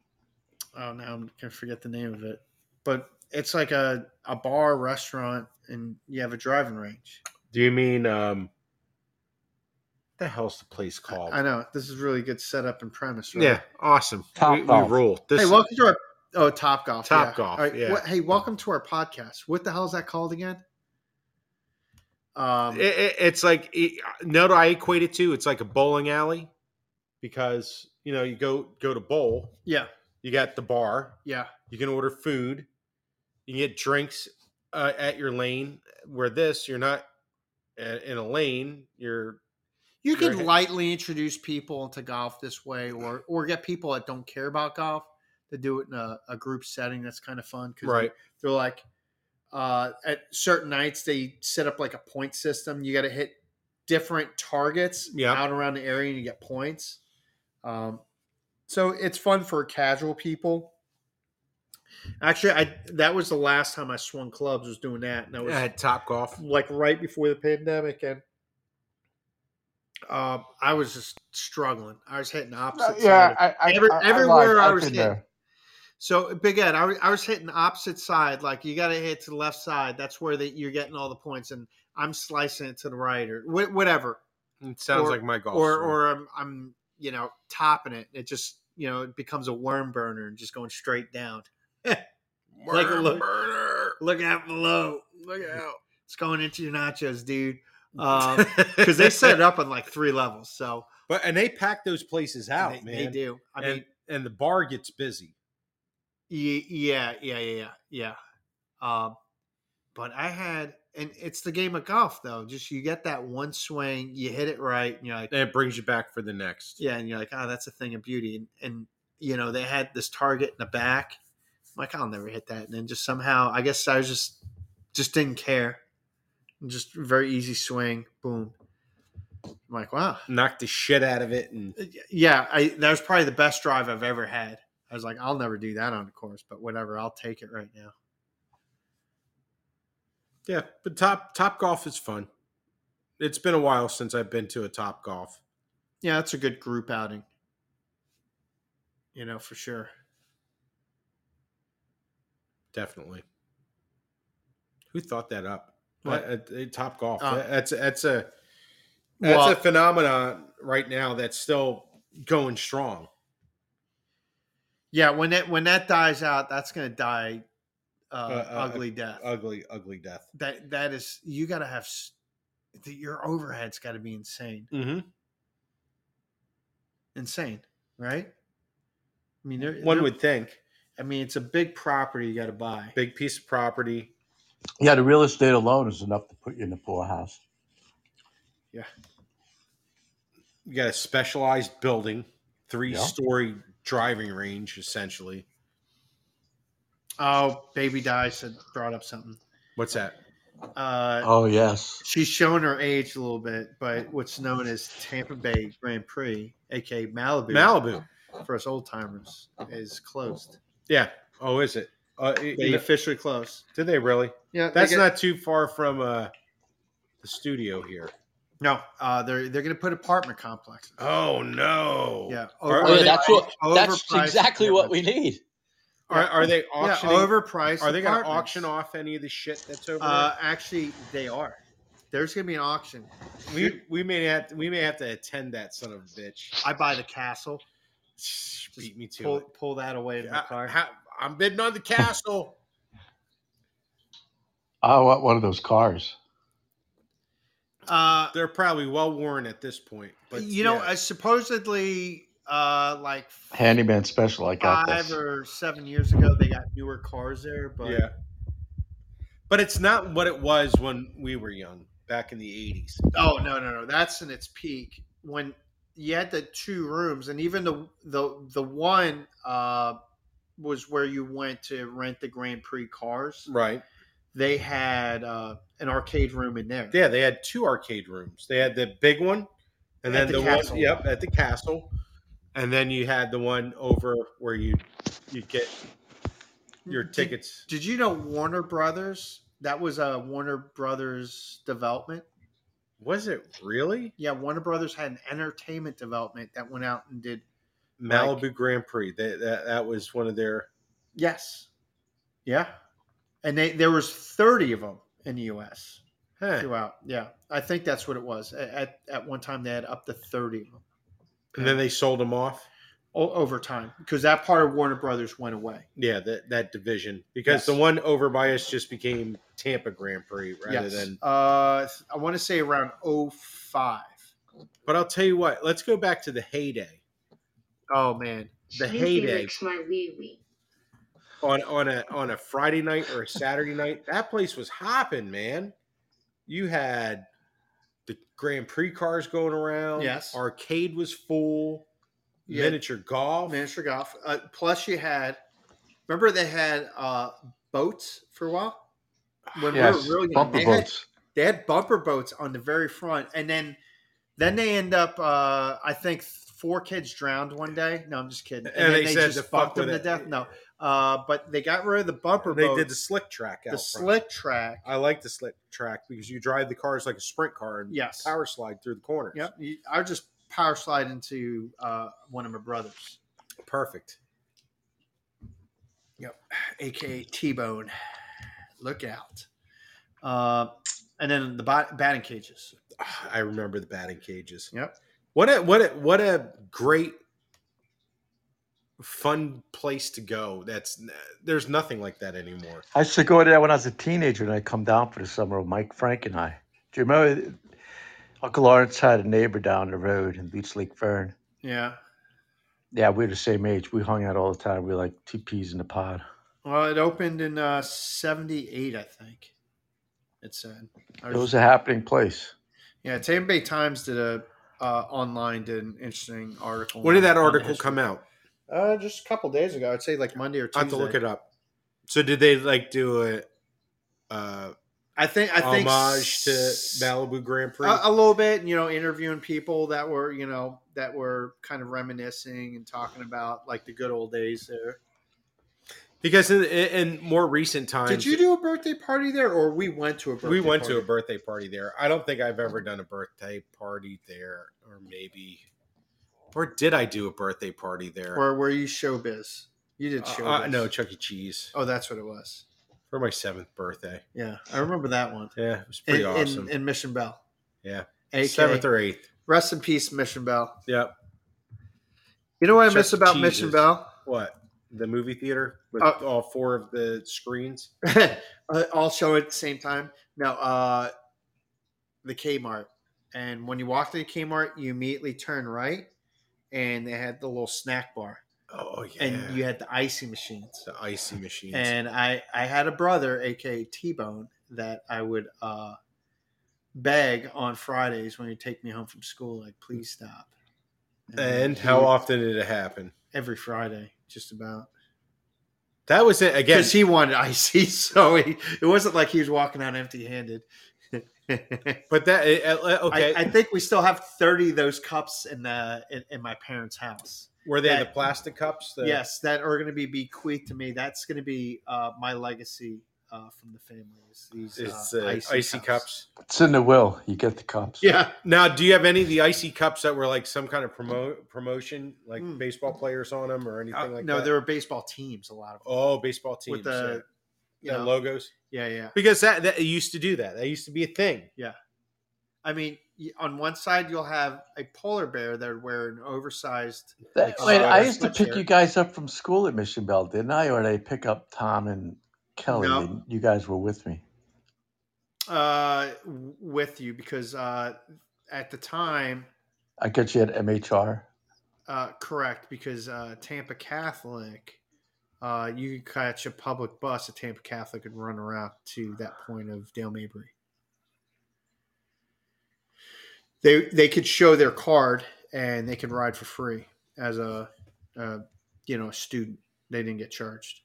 Speaker 1: oh, now I'm gonna forget the name of it. But it's like a, a bar restaurant, and you have a driving range.
Speaker 2: Do you mean um? The hell's the place called?
Speaker 1: I know this is really good setup and premise. Right?
Speaker 2: Oh. yeah, awesome.
Speaker 3: Top
Speaker 2: we, we
Speaker 3: Golf.
Speaker 2: rule. This
Speaker 1: Hey, welcome to our Oh, Top Golf.
Speaker 2: Topgolf,
Speaker 1: All right.
Speaker 2: yeah.
Speaker 1: Wha- hey, welcome to our podcast. What the hell is that called again? Um,
Speaker 2: It, it- it's like it, no, I equate it to it's like a bowling alley because you know you go go to bowl,
Speaker 1: yeah,
Speaker 2: you got the bar,
Speaker 1: yeah.
Speaker 2: you can order food, you can get drinks uh, at your lane. Where this, you're not a- in a lane. You're
Speaker 1: You can
Speaker 2: Right.
Speaker 1: lightly introduce people into golf this way, or or get people that don't care about golf to do it in a, a group setting. That's kind of fun because
Speaker 2: right.
Speaker 1: they're like uh, at certain nights they set up like a point system. You got to hit different targets
Speaker 2: Yeah.
Speaker 1: out around the area, and you get points. Um, so it's fun for casual people. Actually, I that was the last time I swung clubs was doing that, and that was
Speaker 2: At Top Golf,
Speaker 1: like right before the pandemic, and um, I was just struggling. I was hitting opposite. side
Speaker 3: Uh, yeah,
Speaker 1: of-
Speaker 3: I, I,
Speaker 1: Every-
Speaker 3: I- I
Speaker 1: everywhere
Speaker 3: lied.
Speaker 1: I
Speaker 3: I've
Speaker 1: was
Speaker 3: been
Speaker 1: hit.
Speaker 3: there.
Speaker 1: So Big Ed, I, was- I was hitting opposite side. Like you got to hit to the left side. That's where the, you're getting all the points, and I'm slicing it to the right or wh- whatever.
Speaker 2: it sounds
Speaker 1: Or-
Speaker 2: like my golf.
Speaker 1: or
Speaker 2: swing.
Speaker 1: or I'm, I'm you know topping it. It just you know it becomes a worm burner and just going straight down. like a
Speaker 2: Worm
Speaker 1: look-
Speaker 2: burner.
Speaker 1: Look out below. Look out. It's going into your nachos, dude. Because Um, they set it up on like three levels. So
Speaker 2: but and they pack those places out,
Speaker 1: they,
Speaker 2: man.
Speaker 1: they do. I
Speaker 2: and,
Speaker 1: mean,
Speaker 2: and the bar gets busy.
Speaker 1: Ye- Yeah, yeah, yeah, yeah, yeah. Um, but I had, and it's the game of golf though. Just you get that one swing, you hit it right, and you're like,
Speaker 2: And it brings you back for the next.
Speaker 1: yeah, and you're like, oh, that's a thing of beauty. And, and you know, they had this target in the back. I'm like, I'll never hit that. And then just somehow, I guess I was just, just didn't care. Just very easy swing, boom. I'm like, wow,
Speaker 2: Knock the shit out of it and
Speaker 1: yeah, I that was probably the best drive I've ever had. I was like, I'll never do that on the course, but whatever, I'll take it right now.
Speaker 2: Yeah, but top top golf is fun. It's been a while since I've been to a top golf.
Speaker 1: Yeah, that's a good group outing. You know, for sure.
Speaker 2: Definitely. Who thought that up?
Speaker 1: What?
Speaker 2: top golf.
Speaker 1: Oh.
Speaker 2: that's that's a that's
Speaker 1: Well-
Speaker 2: a phenomenon right now that's still going strong.
Speaker 1: Yeah, when that when that dies out, that's gonna die uh,
Speaker 2: uh,
Speaker 1: ugly death.
Speaker 2: Ugly, ugly death.
Speaker 1: that that is you gotta have s- the, your overhead's gotta be insane,
Speaker 2: Mm-hmm.
Speaker 1: insane, right? I mean, there,
Speaker 2: One
Speaker 1: there-
Speaker 2: would think
Speaker 1: I mean, it's a big property you gotta buy.
Speaker 2: big piece of property.
Speaker 5: Yeah, the real estate alone is enough to put you in the poorhouse.
Speaker 2: You got a specialized building, three
Speaker 5: Yeah.
Speaker 2: story driving range essentially.
Speaker 1: Oh, baby dies had brought up something.
Speaker 2: What's that?
Speaker 1: Uh,
Speaker 5: Oh yes,
Speaker 1: she's shown her age a little bit,
Speaker 2: Oh.
Speaker 1: but what's known as Tampa Bay Grand Prix, aka Malibu,
Speaker 2: Malibu.
Speaker 1: for us old timers, is closed.
Speaker 2: Yeah. Oh, is it? Uh, it-
Speaker 1: They officially closed.
Speaker 2: did they really?
Speaker 1: Yeah, they
Speaker 2: That's
Speaker 1: get-
Speaker 2: not too far from uh, the studio here.
Speaker 1: no. Uh, they're they're going to put apartment complexes.
Speaker 2: Oh no!
Speaker 1: Yeah,
Speaker 2: Are-
Speaker 6: Oh,
Speaker 2: are
Speaker 6: yeah,
Speaker 2: they-
Speaker 6: that's what. That's
Speaker 1: overpriced
Speaker 6: exactly what we need.
Speaker 2: Are, are they
Speaker 1: yeah,
Speaker 2: auctioning?
Speaker 1: overpriced.
Speaker 2: are they going to
Speaker 1: apartments.
Speaker 2: auction off any of the shit that's over
Speaker 1: Uh, actually, they are. There's going to be an auction.
Speaker 2: there? We we may have to, we may have to attend that son of a bitch.
Speaker 1: I buy the castle.
Speaker 2: Beat me to
Speaker 1: Pull
Speaker 2: it.
Speaker 1: pull that away in my
Speaker 2: I,
Speaker 1: car.
Speaker 2: how- I'm bidding on the castle.
Speaker 5: I want one of those cars.
Speaker 1: Uh,
Speaker 2: They're probably well worn at this point, but
Speaker 1: you know,
Speaker 2: yeah.
Speaker 1: uh, supposedly, uh, like
Speaker 5: Handyman special. I got
Speaker 1: five
Speaker 5: this.
Speaker 1: or seven years ago they got newer cars there but
Speaker 2: yeah. But it's not what it was when we were young back in the '80s.
Speaker 1: oh no no no that's in its peak when you had the two rooms and even the the the one uh was where you went to rent the grand prix cars
Speaker 2: Right.
Speaker 1: they had uh an arcade room in there
Speaker 2: Yeah, they had two arcade rooms. They had the big one, and
Speaker 1: At
Speaker 2: then
Speaker 1: the
Speaker 2: the, one,
Speaker 1: castle.
Speaker 2: yep, at the castle, and then you had the one over where you you get your
Speaker 1: Did-
Speaker 2: tickets.
Speaker 1: did you know warner brothers that was a warner brothers development
Speaker 2: Was it really
Speaker 1: yeah warner brothers had an entertainment development that went out and did
Speaker 2: Malibu Grand Prix? They, that that was one of their.
Speaker 1: yes yeah and they there was 30 of them in the us
Speaker 2: Huh.
Speaker 1: throughout. Yeah, I think that's what it was. A- At at one time, they had up to thirty of them.
Speaker 2: And then they sold them off.
Speaker 1: o- overtime because that part of Warner Brothers went away.
Speaker 2: Yeah, that that division because
Speaker 1: Yes.
Speaker 2: the one over by us just became Tampa Grand Prix rather
Speaker 1: yes.
Speaker 2: than.
Speaker 1: uh, I want to say around 05.
Speaker 2: But I'll tell you what, let's go back to the heyday
Speaker 1: Oh man,
Speaker 2: The
Speaker 7: Sneaky
Speaker 2: heyday.
Speaker 7: Rick's my wee wee.
Speaker 2: on on a on a Friday night or a Saturday night. That place was hopping, man. You had the Grand Prix cars going around.
Speaker 1: Yes.
Speaker 2: arcade was full.
Speaker 1: Yeah.
Speaker 2: Miniature golf.
Speaker 1: miniature golf. Uh, plus, you had remember they had uh, boats for a while when
Speaker 5: Yes,
Speaker 1: we were really young.
Speaker 5: bumper
Speaker 1: they had-
Speaker 5: boats.
Speaker 1: they had bumper boats on the very front and then then they end up uh i think four kids drowned one day no i'm just kidding and, then
Speaker 2: And they
Speaker 1: they
Speaker 2: said
Speaker 1: just
Speaker 2: to fuck
Speaker 1: fucked them to
Speaker 2: with it.
Speaker 1: death no uh but they got rid of the bumper
Speaker 2: they
Speaker 1: boat,
Speaker 2: did the slick track.
Speaker 1: the
Speaker 2: out front.
Speaker 1: slick track
Speaker 2: I like the slick track because you drive the cars like a sprint car and
Speaker 1: yes
Speaker 2: power slide through the corners.
Speaker 1: yep you- i would just power slide into uh one of my brothers
Speaker 2: Perfect.
Speaker 1: aka t-bone look out uh, and then the bat- batting cages
Speaker 2: Ah, I remember the batting cages.
Speaker 1: Yep.
Speaker 2: What a what a what a great fun place to go. That's there's nothing like that anymore.
Speaker 5: I used to go there when I was a teenager, and I come down for the summer with Mike Frank and I. Do you remember? Uncle Lawrence had a neighbor down the road in Beach Lake Fern.
Speaker 1: yeah
Speaker 5: Yeah, we were the same age. We hung out all the time. We were like two peas in a pod.
Speaker 1: Well, it opened in uh, 78, I think. It said. I
Speaker 5: It
Speaker 1: was-
Speaker 5: was a happening place.
Speaker 1: yeah, Tampa Bay Times did a uh, online did an interesting article.
Speaker 2: When did that
Speaker 1: on- on
Speaker 2: article
Speaker 1: history.
Speaker 2: come out?
Speaker 1: Uh, just a couple days ago. I'd say like Monday or Tuesday.
Speaker 2: I have to look it up. So did they like do a uh,
Speaker 1: I think I think
Speaker 2: homage to
Speaker 1: s- uh,
Speaker 2: Malibu Grand Prix?
Speaker 1: a, a little bit, you know, interviewing people that were, you know, that were kind of reminiscing and talking about like the good old days there.
Speaker 2: because in, in, in more recent times,
Speaker 1: Did you do a birthday party there, or we went to a birthday?
Speaker 2: we went to a
Speaker 1: party?
Speaker 2: birthday party there. I don't think I've ever done a birthday party there, or maybe, or did I do a birthday party there?
Speaker 1: or were you showbiz? You did
Speaker 2: Uh,
Speaker 1: showbiz.
Speaker 2: uh, no, Chuck E. Cheese
Speaker 1: Oh, that's what it was.
Speaker 2: for my seventh birthday.
Speaker 1: Yeah, I remember that one.
Speaker 2: Yeah, it was
Speaker 1: In,
Speaker 2: pretty awesome.
Speaker 1: in, in Mission Bell.
Speaker 2: Yeah.
Speaker 1: AK.
Speaker 2: seventh or eighth.
Speaker 1: Rest in peace, Mission Bell.
Speaker 2: Yep.
Speaker 1: You know what I
Speaker 2: Chuck
Speaker 1: miss about
Speaker 2: E.
Speaker 1: Mission
Speaker 2: Cheese's.
Speaker 1: Bell?
Speaker 2: What the movie theater with
Speaker 1: Uh,
Speaker 2: all four of the screens?
Speaker 1: Uh, All show at the same time. No, uh, the Kmart. And when you walk to the Kmart, you immediately turn right, and they had the little snack bar,
Speaker 2: Oh yeah,
Speaker 1: and you had the icy machines.
Speaker 2: the icy machines.
Speaker 1: And I, I had a brother, aka T Bone, that I would uh, beg on Fridays when he'd take me home from school, like, please stop.
Speaker 2: and
Speaker 1: he
Speaker 2: how
Speaker 1: would-
Speaker 2: often did it happen?
Speaker 1: Every Friday, just about.
Speaker 2: That was it again.
Speaker 1: Because he wanted icy, so he, it wasn't like he was walking out empty handed. I,
Speaker 2: But that eh, eh, okay.
Speaker 1: I think we still have 30 of those cups in, the, in, in my parents' house.
Speaker 2: Were they
Speaker 1: that-
Speaker 2: the plastic cups? The,
Speaker 1: yes, that are going to be bequeathed to me. That's going to be uh, my legacy uh, from the family. is These
Speaker 2: It's
Speaker 1: uh,
Speaker 2: uh, icy, cups.
Speaker 5: It's in the will. You get the cups.
Speaker 1: Yeah.
Speaker 2: Now, do you have any of the icy cups that were like some kind of promo promotion, like
Speaker 1: Mm.
Speaker 2: baseball players on them or anything
Speaker 1: Uh,
Speaker 2: like
Speaker 1: no,
Speaker 2: that?
Speaker 1: there were baseball teams. A lot of them.
Speaker 2: oh baseball teams
Speaker 1: with the
Speaker 2: yeah.
Speaker 1: you
Speaker 2: And
Speaker 1: know,
Speaker 2: logos
Speaker 1: yeah, yeah.
Speaker 2: because that that it used to do that. That used to be a thing.
Speaker 1: I mean, y- on one side you'll have a polar bear that would wear an oversized.
Speaker 5: That,
Speaker 1: Like,
Speaker 5: wait,
Speaker 1: uh,
Speaker 5: I used to
Speaker 1: switch
Speaker 5: pick
Speaker 1: here.
Speaker 5: you guys up from school at Mission Bell, didn't I? Or did I pick up Tom and Kelly?
Speaker 1: No.
Speaker 5: and you guys were with me.
Speaker 1: Uh, w- with you because uh, at the time,
Speaker 5: I got you at MHR.
Speaker 1: uh, correct because uh, Tampa Catholic, uh, you could catch a public bus at Tampa Catholic and run around to that point of Dale Mabry. They they could show their card and they could ride for free as a, uh you know a student. They didn't get charged.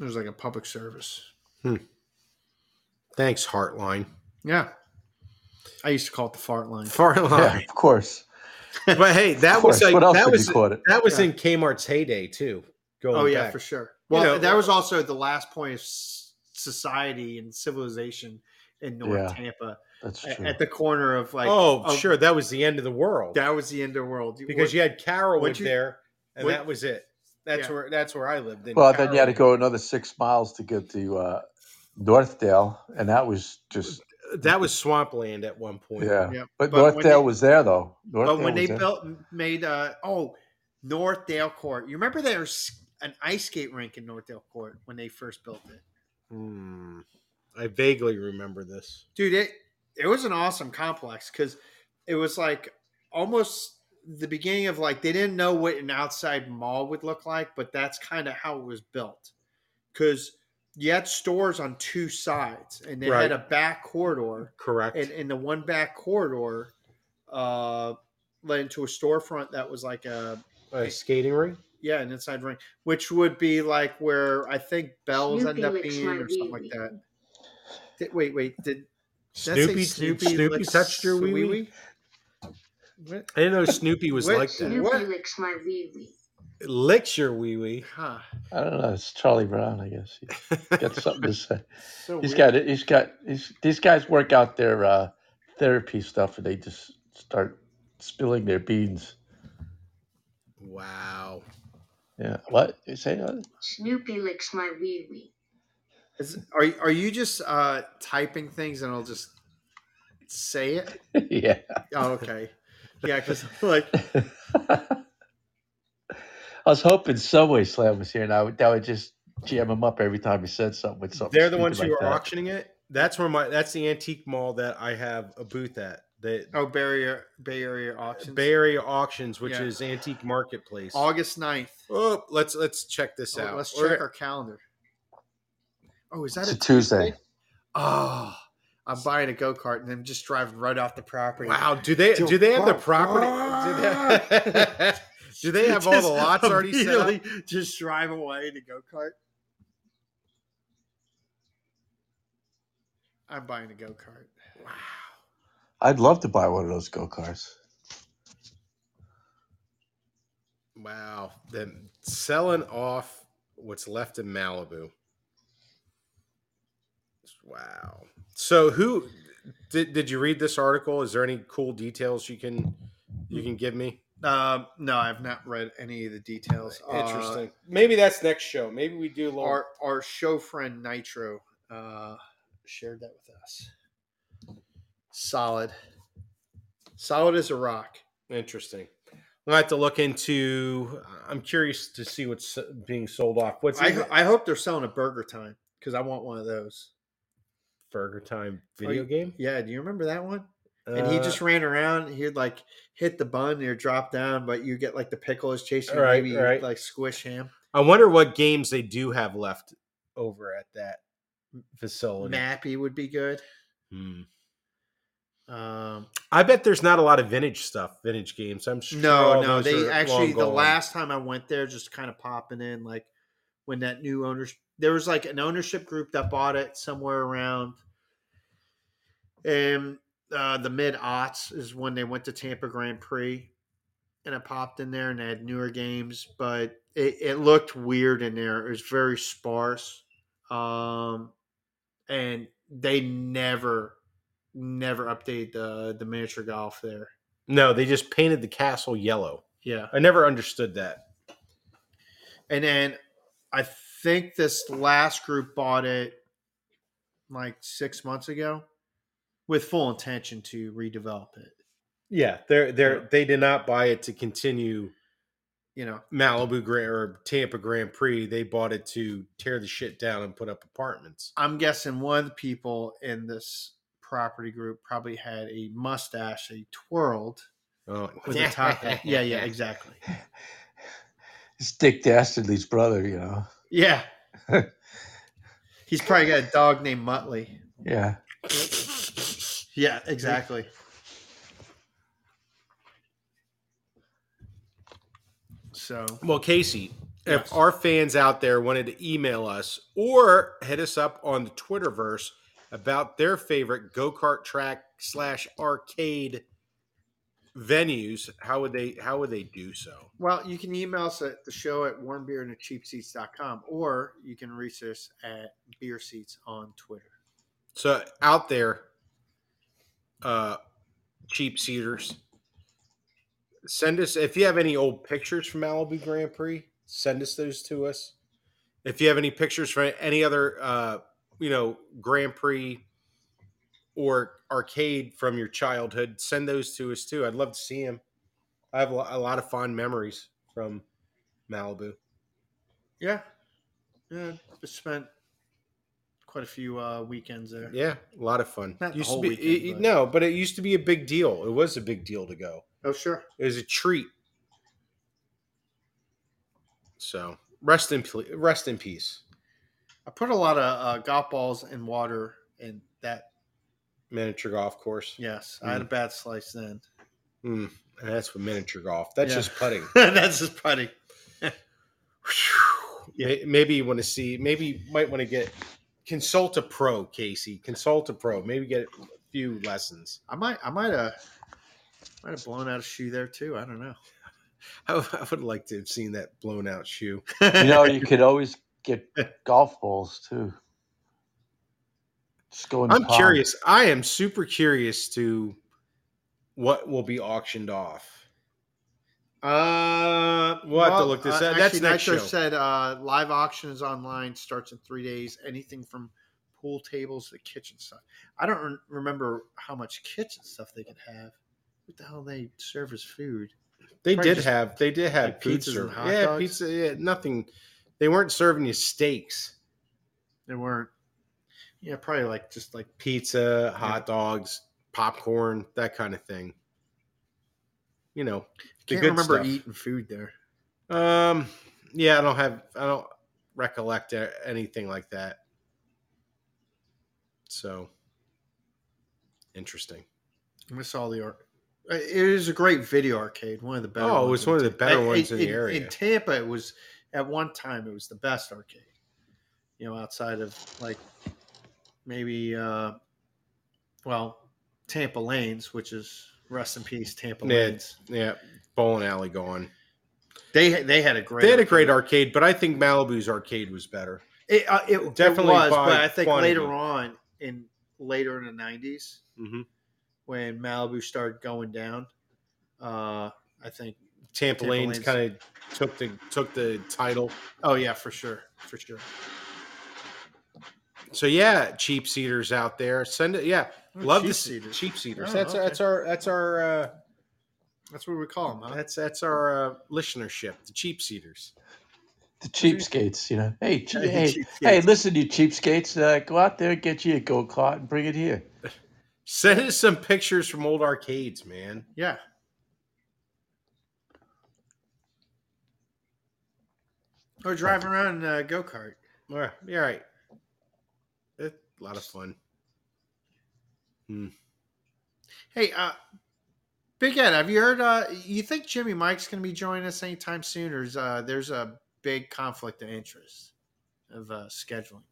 Speaker 1: It was like a public service.
Speaker 2: Thanks, Heartline.
Speaker 1: Yeah, I used to call it the fart line.
Speaker 5: Yeah,
Speaker 2: Fartline.
Speaker 5: of course.
Speaker 2: But hey, that
Speaker 5: of
Speaker 2: was
Speaker 5: course.
Speaker 2: like
Speaker 5: what else
Speaker 2: that
Speaker 5: would
Speaker 2: was
Speaker 5: you call it?
Speaker 2: that was in Kmart's heyday too. Going
Speaker 1: Oh yeah,
Speaker 2: back.
Speaker 1: for sure.
Speaker 2: You
Speaker 1: Well,
Speaker 2: know- uh,
Speaker 1: that was also the last point of s- society and civilization in North
Speaker 5: Yeah,
Speaker 1: Tampa
Speaker 5: That's
Speaker 1: a-
Speaker 5: true.
Speaker 1: at the corner of like.
Speaker 2: oh,
Speaker 1: of-
Speaker 2: sure, that was the end of the world
Speaker 1: that was the end of the world
Speaker 2: because you had Carrollwood
Speaker 1: once you-
Speaker 2: there, and
Speaker 1: once-
Speaker 2: that was it. That's
Speaker 1: Yeah.
Speaker 2: where that's where I lived. In
Speaker 5: well, then you had to
Speaker 2: Carrollwood.
Speaker 5: go another six miles to get to uh, Northdale, and that was just
Speaker 2: that was swampland at one point.
Speaker 5: Yeah.
Speaker 1: Yep.
Speaker 5: But,
Speaker 2: But when
Speaker 5: Northdale
Speaker 2: they-
Speaker 5: was there though.
Speaker 1: But
Speaker 5: Northdale
Speaker 1: when they
Speaker 5: was there.
Speaker 1: built, made uh, oh Northdale Court. You remember there's an ice skate rink in Northdale Court when they first built it,
Speaker 2: Hmm. I vaguely remember this.
Speaker 1: dude. It it was an awesome complex because it was like almost the beginning of like they didn't know what an outside mall would look like, but that's kind of how it was built because you had stores on two sides and they
Speaker 2: Right.
Speaker 1: had a back corridor
Speaker 2: Correct.
Speaker 1: and in the one back corridor uh led into a storefront that was like a
Speaker 2: A skating ring.
Speaker 1: yeah an inside ring which would be like where i think bells
Speaker 7: Snoopy
Speaker 1: end up
Speaker 7: licks
Speaker 1: being
Speaker 7: my
Speaker 1: or something like
Speaker 7: wee-wee.
Speaker 1: that Did- wait wait did did I say
Speaker 2: Snoopy. Snoopy. Snoopy
Speaker 1: licks
Speaker 2: touched your
Speaker 1: the
Speaker 2: wee wee.
Speaker 1: wee-wee? What?
Speaker 2: I didn't know Snoopy was
Speaker 1: Wait,
Speaker 2: like that.
Speaker 1: Snoop-
Speaker 7: Snoopy
Speaker 1: What?
Speaker 7: licks my wee wee.
Speaker 2: Licks your wee wee.
Speaker 1: Huh.
Speaker 5: I don't know. It's Charlie Brown, I guess. He's got something to say.
Speaker 1: So
Speaker 5: He's
Speaker 1: weird.
Speaker 5: got it. He's got. He's, these guys work out their uh, therapy stuff, and they just start spilling their beans.
Speaker 2: Wow.
Speaker 5: Yeah. What you say? what?
Speaker 7: Snoopy licks my wee wee.
Speaker 1: Is, are, you- are you just uh typing things and i'll just say it
Speaker 5: yeah.
Speaker 1: oh okay yeah because like
Speaker 5: I was hoping Subway Slam was here, and I would that would just jam him up every time he said something with
Speaker 1: Oh,
Speaker 5: something.
Speaker 2: They're the
Speaker 5: stupid
Speaker 2: ones who
Speaker 5: like
Speaker 2: are
Speaker 5: that.
Speaker 2: auctioning it. That's where my. That's the antique mall that I have a booth at. The
Speaker 1: oh barrier bay area auctions
Speaker 2: Bay Area Auctions, which
Speaker 1: Yeah.
Speaker 2: is antique marketplace.
Speaker 1: august 9th
Speaker 2: Oh, let's let's check this
Speaker 1: Oh,
Speaker 2: out.
Speaker 1: Let's
Speaker 2: We're-
Speaker 1: check our calendar. Oh, is that
Speaker 5: It's
Speaker 1: a
Speaker 5: a Tuesday.
Speaker 1: Oh, I'm buying a go kart and then just driving right off the property.
Speaker 2: wow, do they
Speaker 1: Dude,
Speaker 2: do they have the
Speaker 1: wow.
Speaker 2: property? Do they, do they have all the
Speaker 1: Just
Speaker 2: lots already set up?
Speaker 1: immediately Just drive away in a go kart. I'm buying a go kart. Wow.
Speaker 5: I'd love to buy one of those go karts.
Speaker 2: Wow, then selling off what's left in Malibu. Wow. So who did did you read this article? Is there any cool details you can you can give me?
Speaker 1: Um, no, I've not read any of the details. Uh,
Speaker 2: Maybe that's next show. Maybe we do a little
Speaker 1: our our show friend Nitro uh, shared that with us. Solid, solid as a rock.
Speaker 2: Interesting. I'll have to look into. I'm curious to see what's being sold off. What's
Speaker 1: I,
Speaker 2: in
Speaker 1: ho- I hope they're selling a Burger Time because I want one of those.
Speaker 2: Burger Time
Speaker 1: video
Speaker 2: video game? Uh,
Speaker 1: Yeah, do you remember that one? and he just ran around. and He'd like hit the bun or drop down, but you get like the pickle is chasing you.
Speaker 2: All right,
Speaker 1: maybe
Speaker 2: all right.
Speaker 1: like squish him.
Speaker 2: I wonder what games they do have left over at that facility.
Speaker 1: Mappy would be good.
Speaker 2: Hmm.
Speaker 1: Um,
Speaker 2: I bet there's not a lot of vintage stuff, vintage games. I'm sure.
Speaker 1: no,
Speaker 2: all
Speaker 1: no,
Speaker 2: those
Speaker 1: they
Speaker 2: are
Speaker 1: actually
Speaker 2: long
Speaker 1: the
Speaker 2: gone.
Speaker 1: last time I went there, just kind of popping in like when that new owners there was like an ownership group that bought it somewhere around and uh, the mid aughts is when they went to Tampa Grand Prix and it popped in there and they had newer games, but it, it looked weird in there. It was very sparse. Um, and they never, never update the, the miniature golf there.
Speaker 2: No, they just painted the castle yellow.
Speaker 1: Yeah.
Speaker 2: I never understood that.
Speaker 1: And then I think this last group bought it like six months ago with full intention to redevelop it.
Speaker 2: Yeah, they're they're they did not buy it to continue
Speaker 1: You know,
Speaker 2: Malibu Grand or Tampa Grand Prix, they bought it to tear the shit down and put up apartments.
Speaker 1: I'm guessing one of the people in this property group probably had a mustache that he twirled
Speaker 2: Oh,
Speaker 1: with a top hat. Yeah, yeah, exactly.
Speaker 5: It's Dick Dastardly's brother, you know.
Speaker 1: Yeah. He's probably got a dog named Muttley.
Speaker 5: Yeah.
Speaker 1: Yeah, exactly. So
Speaker 2: Well, Casey,
Speaker 1: Yes.
Speaker 2: if our fans out there wanted to email us or hit us up on the Twitterverse about their favorite go kart track slash arcade venues, how would they how would they do so?
Speaker 1: Well, you can email us at the show at warmbeerandcheapseats.com or you can reach us at beer seats on Twitter.
Speaker 2: So out there, uh, cheap seaters, send us if you have any old pictures from Malibu Grand Prix. Send us those to us. If you have any pictures from any other, uh, you know, Grand Prix or arcade from your childhood, send those to us too. I'd love to see them. I have a lo- a lot of fond memories from Malibu.
Speaker 1: Yeah. Yeah. I spent quite a few uh, weekends there.
Speaker 2: Yeah, a lot of fun.
Speaker 1: Not the
Speaker 2: used
Speaker 1: whole
Speaker 2: to be,
Speaker 1: weekend,
Speaker 2: it-
Speaker 1: but-
Speaker 2: No, but it used to be a big deal. It was a big deal to go.
Speaker 1: Oh, sure.
Speaker 2: It was a treat. So rest in ple- rest in peace,
Speaker 1: I put a lot of uh, golf balls in water and that.
Speaker 2: miniature golf course.
Speaker 1: Yes. I had a bad slice then.
Speaker 2: Mm, that's what miniature golf. That's
Speaker 1: Yeah.
Speaker 2: just putting.
Speaker 1: That's just putting.
Speaker 2: May- Maybe you want to see. Maybe you might want to get consult a pro, Casey. Consult a pro. Maybe get a few lessons.
Speaker 1: I might, I might have, might have blown out a shoe there too. I don't know.
Speaker 2: I, w- I would like to have seen that blown out shoe.
Speaker 5: You know, you could always get golf balls too. Just go in the
Speaker 2: I'm
Speaker 5: pond.
Speaker 2: curious. I am super curious to what will be auctioned off.
Speaker 1: Uh,
Speaker 2: We'll have to look this up. That's
Speaker 1: actually,
Speaker 2: next
Speaker 1: Nitro
Speaker 2: show.
Speaker 1: said uh, live auction is online, starts in three days. Anything from pool tables to kitchen stuff. I don't re- remember how much kitchen stuff they could have. What the hell they serve as food?
Speaker 2: They
Speaker 1: Probably
Speaker 2: did
Speaker 1: just
Speaker 2: have. They did have
Speaker 1: like pizzas
Speaker 2: pizza.
Speaker 1: and hot
Speaker 2: yeah,
Speaker 1: dogs?
Speaker 2: pizza. Yeah, nothing. They weren't serving you steaks.
Speaker 1: They weren't. Yeah, probably like just like
Speaker 2: Pizza, hot dogs, popcorn, that kind of thing. You know, the
Speaker 1: can't
Speaker 2: good
Speaker 1: remember
Speaker 2: stuff.
Speaker 1: eating food there.
Speaker 2: Um, yeah, I don't have, I don't recollect a- anything like that. So interesting.
Speaker 1: I saw the art. It was a great video arcade. One of the better.
Speaker 2: Oh, it
Speaker 1: ones
Speaker 2: was
Speaker 1: in
Speaker 2: one of the
Speaker 1: Ta-
Speaker 2: better ones in the area.
Speaker 1: In Tampa, it was at one time it was the best arcade. You know, outside of like maybe, uh well, Tampa Lanes, which is rest in peace, Tampa
Speaker 2: Yeah.
Speaker 1: Lanes.
Speaker 2: Yeah, bowling alley gone.
Speaker 1: They they had a great.
Speaker 2: They had a great arcade, but I think Malibu's arcade was better.
Speaker 1: It, uh, it
Speaker 2: Definitely
Speaker 1: definitely was,
Speaker 2: by
Speaker 1: but I think
Speaker 2: quantity.
Speaker 1: later on in later in the nineties,
Speaker 2: Mm-hmm.
Speaker 1: when Malibu started going down, uh, I think
Speaker 2: Tampa,
Speaker 1: Tampa
Speaker 2: Lane's
Speaker 1: Lane's-
Speaker 2: kind of took the took the title.
Speaker 1: Oh yeah, for sure, for sure.
Speaker 2: So yeah, cheap seaters out there. Send it. Yeah, love this cheap seaters.
Speaker 1: Oh,
Speaker 2: that's
Speaker 1: okay.
Speaker 2: that's our that's our uh,
Speaker 1: That's what we call them. Huh?
Speaker 2: that's that's our uh, listenership. The cheap seaters.
Speaker 5: The cheapskates, you know. Hey, che-
Speaker 1: Hey,
Speaker 5: hey, hey, listen, you cheapskates. Uh, go out there, get you a go kart, and bring it here.
Speaker 2: Send us some pictures from old arcades, man.
Speaker 1: Yeah, or driving around in a go kart.
Speaker 2: Yeah, you're right. It, a lot of fun.
Speaker 1: Hey, uh, Big Ed, have you heard? Uh, you think Jimmy Mike's going to be joining us anytime soon, or is, uh, there's a big conflict of interest of uh, scheduling?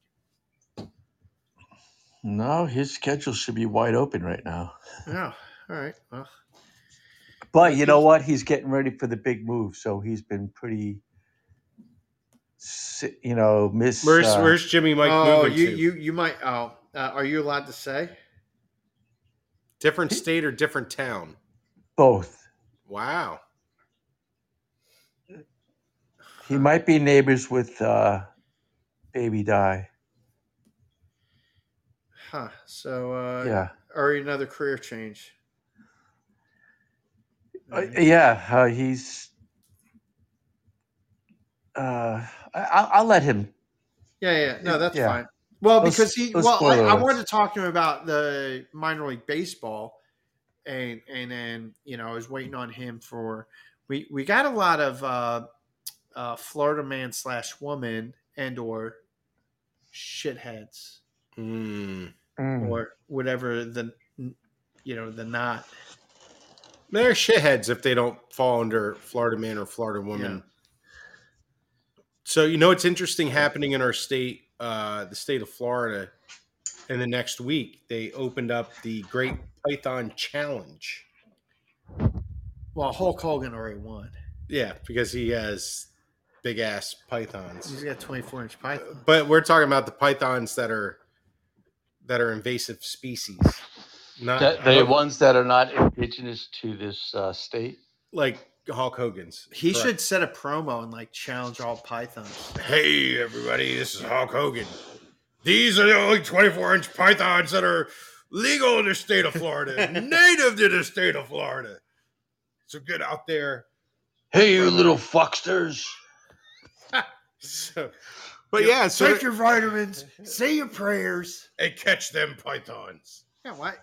Speaker 5: No, his schedule should be wide open right now.
Speaker 1: Oh, all right. Well,
Speaker 5: But you know what? He's getting ready for the big move, so he's been pretty, si- you know, miss.
Speaker 2: Where's
Speaker 5: uh,
Speaker 2: where's Jimmy Mike
Speaker 1: oh,
Speaker 2: moving
Speaker 1: you,
Speaker 2: to?
Speaker 1: you you might. Oh, uh, are you allowed to say?
Speaker 2: different state or different town?
Speaker 5: both?
Speaker 2: Wow.
Speaker 5: He might be neighbors with uh, Baby Die.
Speaker 1: Huh. So uh,
Speaker 5: Yeah,
Speaker 1: or another career change.
Speaker 5: Uh, yeah. Uh, he's. Uh, I, I'll I'll let him.
Speaker 1: Yeah, yeah. No, that's
Speaker 5: Yeah.
Speaker 1: fine. Well,
Speaker 5: Those-
Speaker 1: because he
Speaker 5: those
Speaker 1: well, I, I
Speaker 5: spoilers.
Speaker 1: wanted to talk to him about the minor league baseball, and and then you know I was waiting on him for we we got a lot of uh, uh, Florida man slash woman and or shitheads
Speaker 2: Mm.
Speaker 5: Mm.
Speaker 1: or whatever the you know the not
Speaker 2: They're shitheads if they don't fall under Florida man or Florida woman. So you know it's interesting happening in our state, uh, the state of Florida. In the next week, they opened up the Great Python Challenge.
Speaker 1: well Hulk Hogan already won.
Speaker 2: Yeah, because he has big ass pythons.
Speaker 1: He's got twenty four inch python.
Speaker 2: but we're talking about the pythons that are that are invasive species not
Speaker 5: the ones that are not indigenous to this uh, state.
Speaker 2: like hulk hogan's
Speaker 1: He
Speaker 2: Correct.
Speaker 1: should set a promo and like challenge all pythons.
Speaker 2: hey everybody this is hulk hogan these are the only 24 inch pythons that are legal in the state of Florida, native to the state of Florida. So get out there.
Speaker 5: Hey, you little fucksters.
Speaker 2: So, but yeah, so
Speaker 1: Take your vitamins, say your prayers.
Speaker 2: and catch them pythons.
Speaker 1: Yeah, what?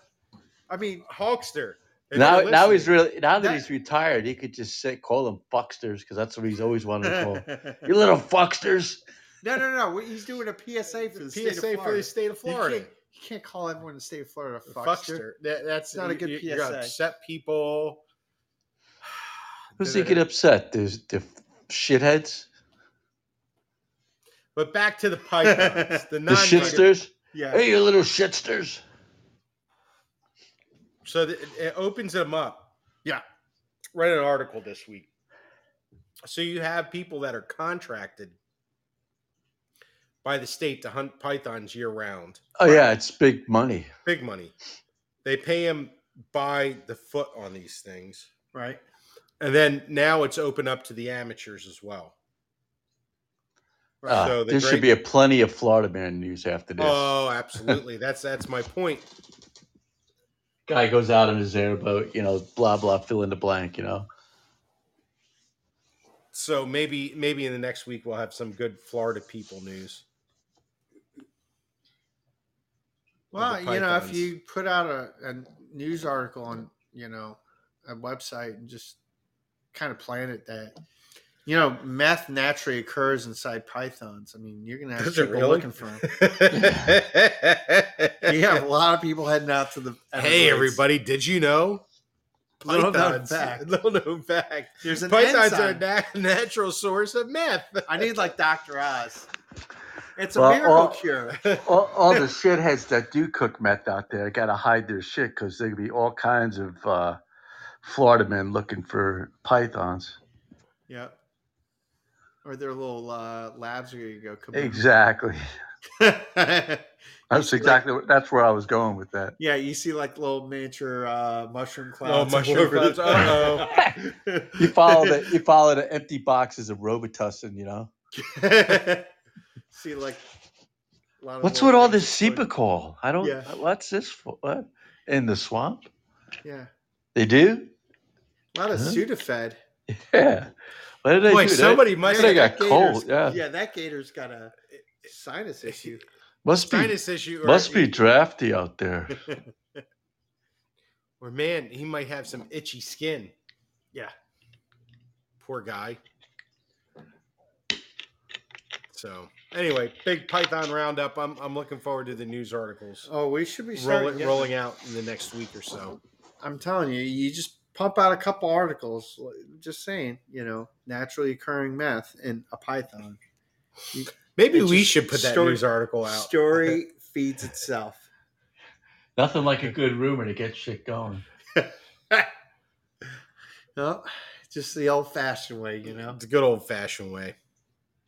Speaker 1: I mean,
Speaker 2: Hawkster. if
Speaker 5: Now,
Speaker 2: you're
Speaker 5: now he's
Speaker 2: listening.
Speaker 5: really now that
Speaker 1: That-
Speaker 5: he's retired, he could just say call them fucksters because that's what he's always wanted to call. 'em. you little fucksters.
Speaker 1: no, no, no. He's doing a PSA for the state of
Speaker 2: PSA
Speaker 1: Florida.
Speaker 2: for the state of Florida.
Speaker 1: You can't, you can't call everyone in the state of Florida a fuckster.
Speaker 2: Fuckster. That, that's
Speaker 1: It's not a good
Speaker 2: you, You're
Speaker 1: PSA.
Speaker 2: gonna upset people.
Speaker 5: Who's he get upset? There's the shitheads,
Speaker 2: But back to the pythons, the
Speaker 5: the
Speaker 2: non
Speaker 5: shitsters.
Speaker 1: Yeah.
Speaker 5: Hey, you little shitsters.
Speaker 2: So th- it opens them up. Yeah. Read an article this week. So you have people that are contracted by the state to hunt pythons year round.
Speaker 5: Oh yeah, it's big money.
Speaker 2: Big money. They pay them by the foot on these things.
Speaker 1: Right.
Speaker 2: And then now it's open up to the amateurs as well.
Speaker 5: Ah,
Speaker 2: So the
Speaker 5: there
Speaker 2: great-
Speaker 5: should be a plenty of Florida man news after this.
Speaker 2: Oh, absolutely. that's that's my point.
Speaker 5: Guy goes out on his airboat, you know, blah blah, fill in the blank, you know.
Speaker 2: So maybe maybe in the next week we'll have some good Florida people news.
Speaker 1: Well,
Speaker 2: the
Speaker 1: you know, if
Speaker 2: pythons.
Speaker 1: you put out a, a news article on, you know, a website and just kind of plan it that, you know, meth naturally occurs inside pythons. I mean, you're gonna have
Speaker 2: Does it
Speaker 1: people
Speaker 2: really?
Speaker 1: looking for them. You have a lot of people heading out to the.
Speaker 2: Hey
Speaker 1: Everglades.
Speaker 2: everybody, did you know?
Speaker 1: Little known
Speaker 2: Pythons.
Speaker 1: fact.
Speaker 2: Little known fact.
Speaker 1: There's an
Speaker 2: Pythons are a
Speaker 1: enzyme.
Speaker 2: na- natural source of meth.
Speaker 1: I need like Doctor Oz. It's a
Speaker 5: Well,
Speaker 1: miracle
Speaker 5: all-
Speaker 1: cure.
Speaker 5: All, all the shitheads that do cook meth out there got to hide their shit because there could be all kinds of uh, Florida men looking for pythons.
Speaker 1: Yeah. Or their little uh, labs are gonna go. kaboom.
Speaker 5: Exactly. That's
Speaker 1: Like-
Speaker 5: exactly what, that's where I was going with that.
Speaker 1: Yeah, you see like little miniature uh, mushroom
Speaker 2: oh
Speaker 1: clouds. all
Speaker 2: mushroom
Speaker 1: over the-
Speaker 2: clouds. Uh oh.
Speaker 5: You follow the you follow the empty boxes of Robitussin, you know.
Speaker 1: see like. a lot of
Speaker 5: What's
Speaker 1: little
Speaker 5: with all
Speaker 1: things
Speaker 5: this
Speaker 1: exploding.
Speaker 5: sepacol? I don't.
Speaker 1: Yeah.
Speaker 5: What's this for? What? In the swamp?
Speaker 1: Yeah,
Speaker 5: They do?
Speaker 1: a lot of
Speaker 5: Huh?
Speaker 1: Sudafed.
Speaker 5: Yeah. What did they
Speaker 2: Boy,
Speaker 5: do? They-
Speaker 2: somebody must
Speaker 5: they
Speaker 2: have
Speaker 5: got
Speaker 1: Gator's-
Speaker 5: cold. Yeah.
Speaker 1: yeah, that gator's got a sinus issue.
Speaker 5: Must be
Speaker 2: sinus issue. or-
Speaker 5: must be drafty out there.
Speaker 2: Or man, he might have some itchy skin. Yeah. Poor guy. So anyway, big Python roundup. I'm I'm looking forward to the news articles
Speaker 1: Oh, we should be starting
Speaker 2: rolling
Speaker 1: getting-
Speaker 2: rolling out in the next week or so.
Speaker 1: I'm telling you, you just pump out a couple articles. Just saying, you know, naturally occurring meth in a python
Speaker 2: Maybe
Speaker 1: It's
Speaker 2: we
Speaker 1: just
Speaker 2: should put that
Speaker 1: story-
Speaker 2: news article out.
Speaker 1: story feeds itself.
Speaker 5: Nothing like a good rumor to get shit going.
Speaker 1: No, just the old-fashioned way, you know.
Speaker 2: It's a good old fashioned way.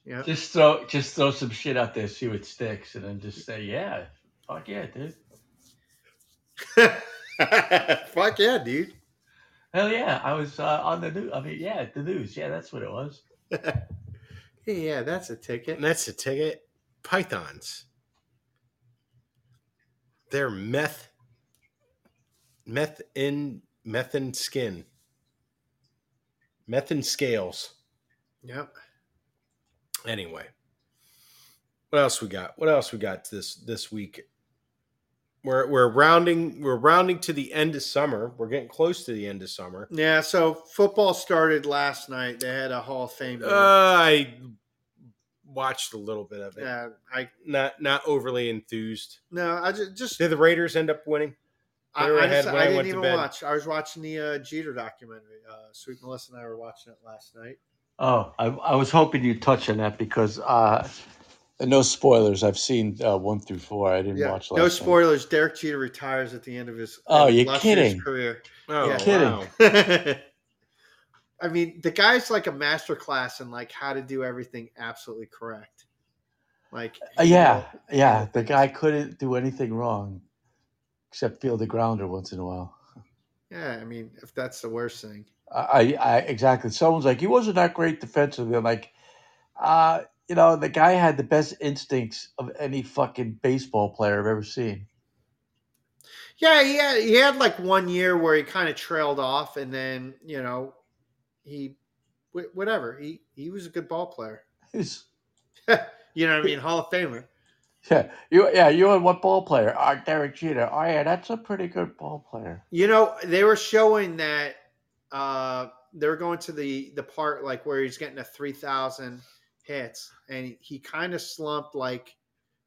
Speaker 1: Yeah.
Speaker 5: Just throw just throw some shit out there, see what sticks, and then just say, yeah, fuck yeah, dude.
Speaker 1: Fuck yeah, dude.
Speaker 5: Hell yeah, I was uh, on the news. I mean, yeah, the news. Yeah, that's what it was.
Speaker 1: Hey, yeah, that's a ticket.
Speaker 2: And that's the ticket. Pythons. They're meth meth in methan skin. Methan scales.
Speaker 1: Yep.
Speaker 2: Anyway. What else we got? What else we got this this week? We're we're rounding we're rounding to the end of summer. We're getting close to the end of summer.
Speaker 1: Yeah, so football started last night. They had a Hall of Fame.
Speaker 2: Uh,
Speaker 1: game.
Speaker 2: I watched a little bit of it.
Speaker 1: yeah, I
Speaker 2: Not not overly enthused.
Speaker 1: no, I ju- just,
Speaker 2: Did the Raiders end up winning?
Speaker 1: I,
Speaker 2: they were
Speaker 1: I,
Speaker 2: ahead
Speaker 1: just
Speaker 2: when I
Speaker 1: I didn't
Speaker 2: went to
Speaker 1: even
Speaker 2: bed.
Speaker 1: watch. I was watching the uh, Jeter documentary. Uh, Sweet Melissa and I were watching it last night.
Speaker 5: Oh, I, I was hoping you'd touch on that because uh, and no spoilers. I've seen uh, one through four. I didn't
Speaker 1: Yeah,
Speaker 5: watch.
Speaker 1: no
Speaker 5: last night.
Speaker 1: spoilers. Derek Jeter retires at the end of his uh,
Speaker 5: Oh, you're
Speaker 1: illustrious
Speaker 5: kidding.
Speaker 1: career.
Speaker 2: Oh,
Speaker 1: Yeah.
Speaker 5: Kidding.
Speaker 1: I mean, the guy's like a master class in like how to do everything absolutely correct. Like,
Speaker 5: Uh, yeah,
Speaker 1: you know,
Speaker 5: yeah. The guy couldn't do anything wrong except feel the grounder once in a while.
Speaker 1: yeah. I mean, if that's the worst thing,
Speaker 5: I, I, I exactly. Someone's like, he wasn't that great defensively. I'm like, uh, you know, the guy had the best instincts of any fucking baseball player I've ever seen.
Speaker 1: Yeah, he had, he had like one year where he kind of trailed off, and then you know, he wh- whatever he he was a good ball player.
Speaker 5: He's-
Speaker 1: You know what I mean? Hall of Famer.
Speaker 5: yeah, you yeah you and what ball player? Uh, Derek Jeter. Oh yeah, that's a pretty good ball player.
Speaker 1: You know, they were showing that uh they were going to the the part like where he's getting a three thousand hits, and he kind of slumped like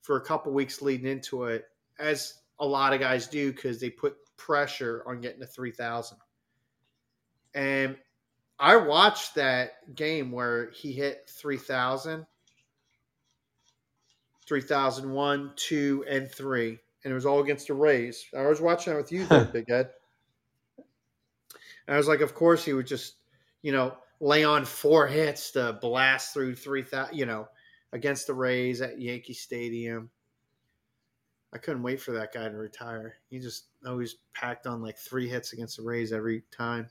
Speaker 1: for a couple weeks leading into it, as a lot of guys do because they put pressure on getting to three thousand. And I watched that game where he hit 3,000, 3,001, 2, and 3. And it was all against the Rays. I was watching that with you there, Big Ed. And I was like, of course he would just, you know, lay on four hits to blast through 3,000, you know, against the Rays at Yankee Stadium. I couldn't wait for that guy to retire. He just always packed on like three hits against the Rays every time.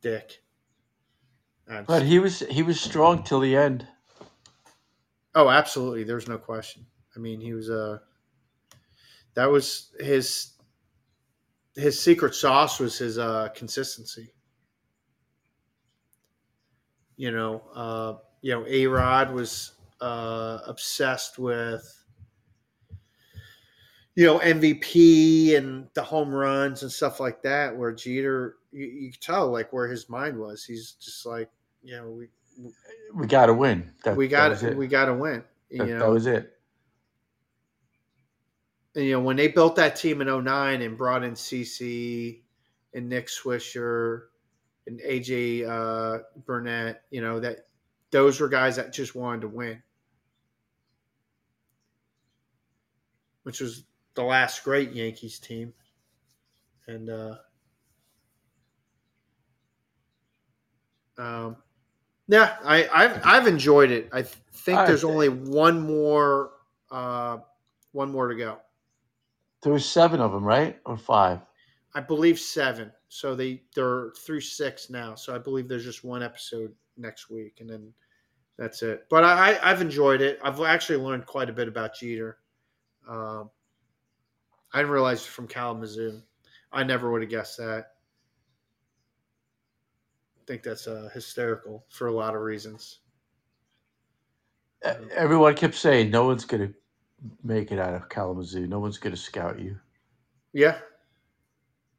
Speaker 1: Dick. I'm
Speaker 5: But he was he was strong till the end.
Speaker 1: Oh, absolutely. There's no question. I mean, he was uh that was his his secret sauce was his uh consistency. You know, uh you know, A Rod was uh obsessed with you know MVP and the home runs and stuff like that. Where Jeter, you, you could tell like where his mind was. He's just like, you know, we
Speaker 5: We got to win. That,
Speaker 1: we
Speaker 5: that
Speaker 1: got
Speaker 5: was it.
Speaker 1: we got to win. You
Speaker 5: that,
Speaker 1: know,
Speaker 5: that was it.
Speaker 1: and, you know, when they built that team in 09 and brought in CC and Nick Swisher and AJ uh, Burnett, you know, that those were guys that just wanted to win, which was the last great Yankees team. And, uh, um, yeah, I, I've, I've enjoyed it. I think
Speaker 5: I
Speaker 1: there's
Speaker 5: think-
Speaker 1: only one more, uh, one more to go.
Speaker 5: There was seven of them, right, or five?
Speaker 1: I believe seven. So they they're through six now. So I believe there's just one episode next week, and then that's it. But I, I I've enjoyed it. I've actually learned quite a bit about Jeter. Um, I didn't realize he's from Kalamazoo. I never would have guessed that. I think that's uh, hysterical for a lot of reasons.
Speaker 5: E- Everyone kept saying no one's gonna make it out of Kalamazoo. No one's gonna scout you.
Speaker 1: Yeah,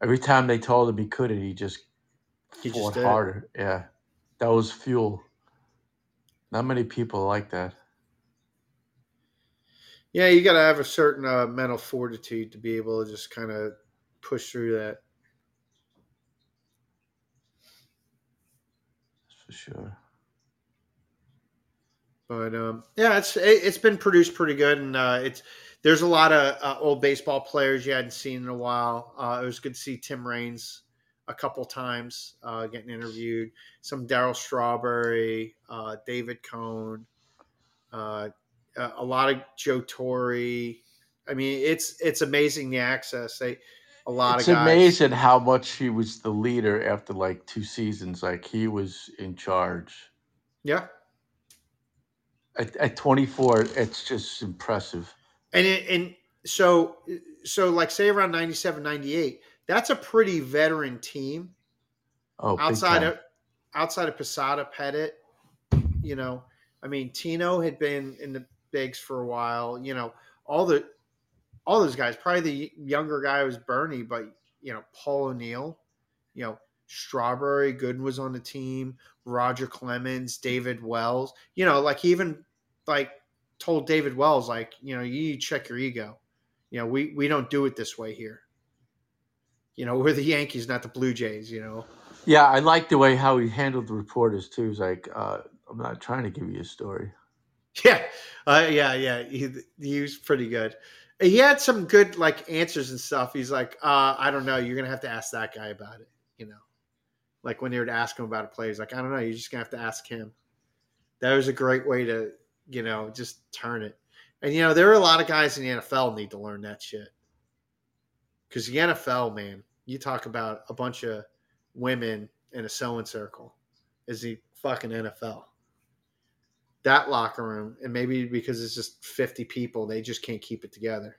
Speaker 5: Every time they told him he couldn't, he just
Speaker 1: He just
Speaker 5: fought
Speaker 1: did it.
Speaker 5: harder. Yeah, that was fuel. Not many people like that.
Speaker 1: yeah. You got to have a certain uh, mental fortitude to be able to just kind of push through that.
Speaker 5: That's for sure.
Speaker 1: But um, yeah, it's it, it's been produced pretty good, and uh, it's there's a lot of uh, old baseball players you hadn't seen in a while. Uh, it was good to see Tim Raines a couple times uh, getting interviewed. Some Daryl Strawberry, uh, David Cohn, uh, a a lot of Joe Torre. I mean, it's it's amazing the access they a lot
Speaker 5: It's
Speaker 1: of guys.
Speaker 5: amazing how much he was the leader after like two seasons. Like he was in charge.
Speaker 1: Yeah,
Speaker 5: At, at 24, it's just impressive.
Speaker 1: and it, and so so like say around 97, 98, that's a pretty veteran team.
Speaker 5: Oh, big
Speaker 1: outside
Speaker 5: time.
Speaker 1: of outside of Posada Pettit, you know, I mean Tino had been in the bigs for a while, you know, all the all those guys, probably the younger guy was Bernie, but you know, Paul O'Neill, you know, Strawberry Gooden was on the team, Roger Clemens, David Wells, you know, like he even like told David Wells, like, you know, you check your ego. You know, we we don't do it this way here. You know, we're the Yankees, not the Blue Jays, you know.
Speaker 5: Yeah, I like the way how he handled the reporters too. He's like, uh, I'm not trying to give you a story.
Speaker 1: Yeah, uh, yeah, yeah. He, he was pretty good. He had some good like answers and stuff. He's like, uh, I don't know. You're gonna have to ask that guy about it. You know, like when they were to ask him about a play, he's like, I don't know. You're just gonna have to ask him. That was a great way to, you know, just turn it. And you know, there are a lot of guys in the NFL need to learn that shit. Because the NFL, man, you talk about a bunch of women in a sewing circle, is the fucking NFL. that locker room, and maybe because it's just fifty people, they just can't keep it together.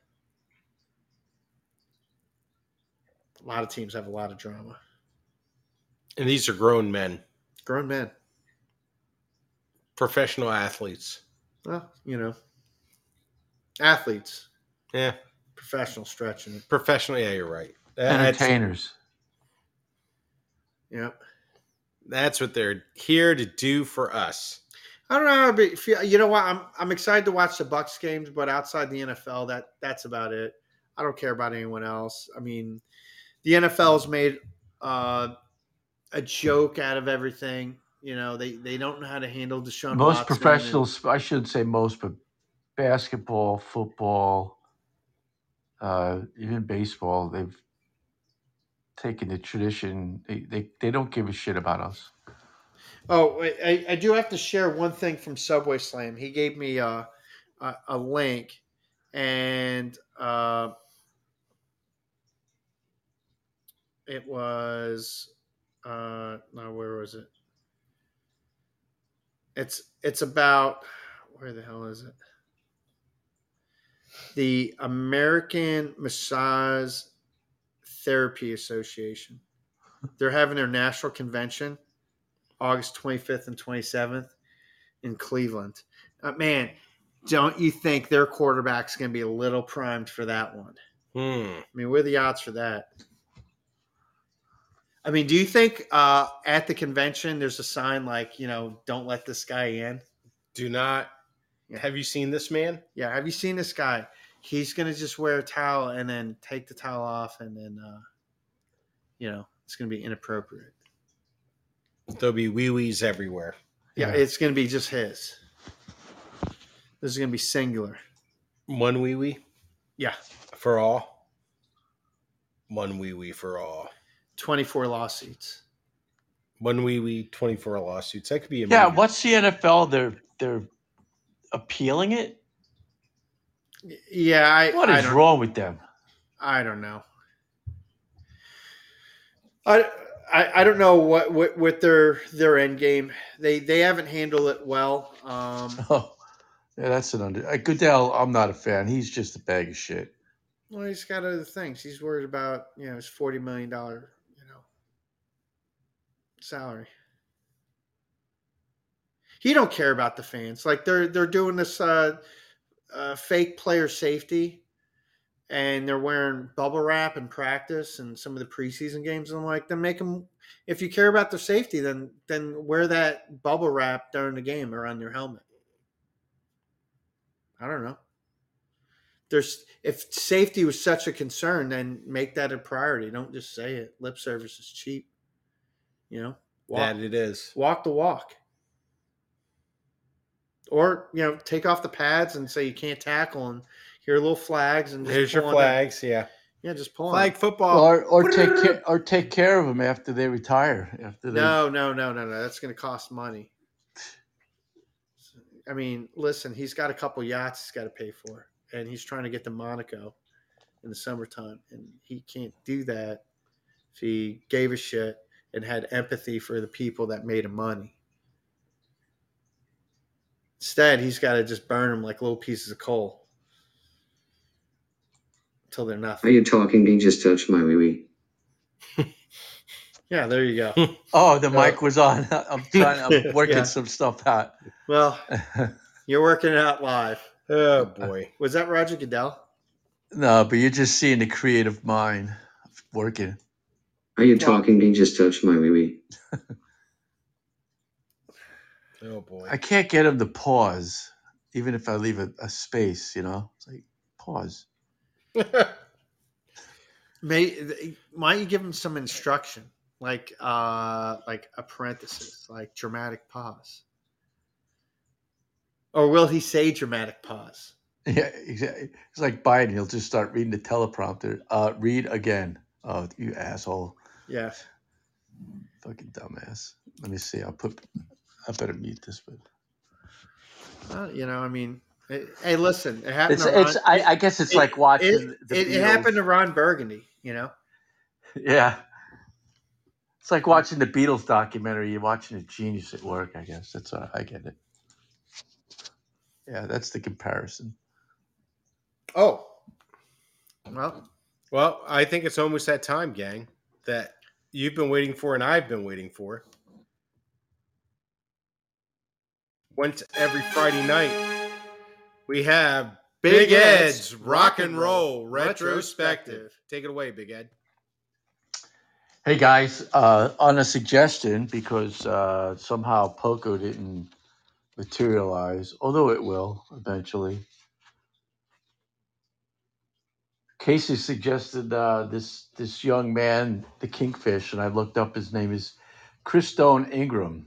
Speaker 1: A lot of teams have a lot of drama.
Speaker 2: And these are grown men,
Speaker 1: Grown men,
Speaker 2: professional athletes.
Speaker 1: well, you know, athletes,
Speaker 2: Yeah,
Speaker 1: professional stretching it.
Speaker 2: professional. Yeah, you're right. That's,
Speaker 5: Entertainers.
Speaker 1: Yeah,
Speaker 2: that's what they're here to do for us.
Speaker 1: I don't know how to be, feel. You know what? I'm I'm excited to watch the Bucks games, but outside the NFL, that that's about it. I don't care about anyone else. I mean, the NFL's made uh, a joke out of everything. You know, they they don't know how to handle Deshaun.
Speaker 5: most
Speaker 1: Watson and-
Speaker 5: professional, sp I shouldn't say most, but basketball, football, uh, even baseball, they've taken the tradition. They, they, they don't give a shit about us.
Speaker 1: Oh, wait, I, I do have to share one thing from Subway Slam. He gave me a, a, a link, and uh, it was uh, no, where was it? It's it's about where the hell is it? The American Massage Therapy Association. They're having their national convention. August 25th and 27th in Cleveland. Uh, man, don't you think their quarterback's going to be a little primed for that one?
Speaker 2: Hmm.
Speaker 1: I mean, what are the odds for that? I mean, do you think uh, at the convention there's a sign like, you know, don't let this guy in?
Speaker 2: Do not. Have you seen this man?
Speaker 1: Yeah, have you seen this guy? He's going to just wear a towel and then take the towel off and then, uh, you know, it's going to be inappropriate.
Speaker 2: There'll be wee wees everywhere.
Speaker 1: Yeah,
Speaker 5: Yeah.
Speaker 1: it's going to be just his. This is going to be singular.
Speaker 2: One wee wee
Speaker 1: Yeah.
Speaker 2: for all. One wee wee for all.
Speaker 1: 24 lawsuits.
Speaker 2: One wee wee, 24 lawsuits. That could be a
Speaker 5: Yeah,
Speaker 2: movie.
Speaker 5: what's the NFL? They're they're appealing it.
Speaker 1: Y- Yeah, I
Speaker 5: What
Speaker 1: I
Speaker 5: is
Speaker 1: don't,
Speaker 5: wrong with them?
Speaker 1: I don't know. I, I I don't know what what, what their their end game. They they haven't handled it well. Um,
Speaker 5: Oh, yeah, that's an under. uh, Goodell, I'm not a fan. He's just a bag of shit.
Speaker 1: well, he's got other things. He's worried about you know his forty million dollar you know salary. He don't care about the fans. Like they're they're doing this uh, uh, fake player safety, and they're wearing bubble wrap in practice and some of the preseason games. And I'm like, then make them. If you care about their safety, then then wear that bubble wrap during the game around your helmet. I don't know. There's if safety was such a concern, then make that a priority. Don't just say it. Lip service is cheap. You know, walk,
Speaker 2: that it is.
Speaker 1: walk the walk. Or you know, take off the pads and say you can't tackle, and here are little flags and just
Speaker 2: Here's your
Speaker 1: pull on it.
Speaker 2: flags. Yeah.
Speaker 1: Yeah, just pull on
Speaker 2: Flag
Speaker 1: Oh. it.
Speaker 2: football.
Speaker 5: Or or take care, or take care of them after they retire. After they
Speaker 1: No, no, no, no, no. That's going to cost money. I mean, listen, he's got a couple yachts he's got to pay for, and he's trying to get to Monaco in the summertime, and he can't do that if he gave a shit and had empathy for the people that made him money. Instead, he's got to just burn them like little pieces of coal until they're
Speaker 8: Are
Speaker 1: nothing.
Speaker 8: you talking to me? Just touch my wee wee.
Speaker 1: Yeah, there you go.
Speaker 5: Oh, the
Speaker 1: Uh,
Speaker 5: mic was on. I'm trying. I'm working
Speaker 1: Yeah.
Speaker 5: some stuff out.
Speaker 1: Well, you're working it out live.
Speaker 2: Oh, boy.
Speaker 1: Was that Roger Goodell?
Speaker 5: no, but you're just seeing the creative mind working.
Speaker 8: Are you talking to me? Just touch my wee wee.
Speaker 2: Oh, boy.
Speaker 5: I can't get him to pause, even if I leave a, a space. You know, it's like pause.
Speaker 1: May th- why don't you give him some instruction, like uh, like a parenthesis, like dramatic pause, or will he say dramatic pause?
Speaker 5: Yeah, exactly. It's like Biden. He'll just start reading the teleprompter. Uh, read again. Oh, you asshole!
Speaker 1: Yeah,
Speaker 5: Fucking dumbass. Let me see. I'll put. I better mute this. But
Speaker 1: uh, you know, I mean, eh, hey, listen, it happened.
Speaker 5: it's.
Speaker 1: to Ron,
Speaker 5: It's. I, I guess it's
Speaker 1: it-
Speaker 5: like
Speaker 1: it,
Speaker 5: watching.
Speaker 1: it, it happened to Ron Burgundy. You know,
Speaker 5: Yeah. It's uh, like watching the Beatles documentary. You're watching a genius at work, I guess. That's all. I get it. Yeah, that's the comparison.
Speaker 2: Oh,
Speaker 1: Well,
Speaker 2: well, I think it's almost that time, gang, that you've been waiting for and I've been waiting for. Once every Friday night, we have Big,
Speaker 1: Big
Speaker 2: Ed's,
Speaker 1: Ed's
Speaker 2: Rock and Roll
Speaker 1: Retrospective.
Speaker 2: Retrospective. Take it away, Big Ed.
Speaker 5: Hey guys, uh, on a suggestion because uh, somehow Poco didn't materialize, although it will eventually. Casey suggested uh, this this young man, the Kingfish, and I looked up. His name is Christone Ingram,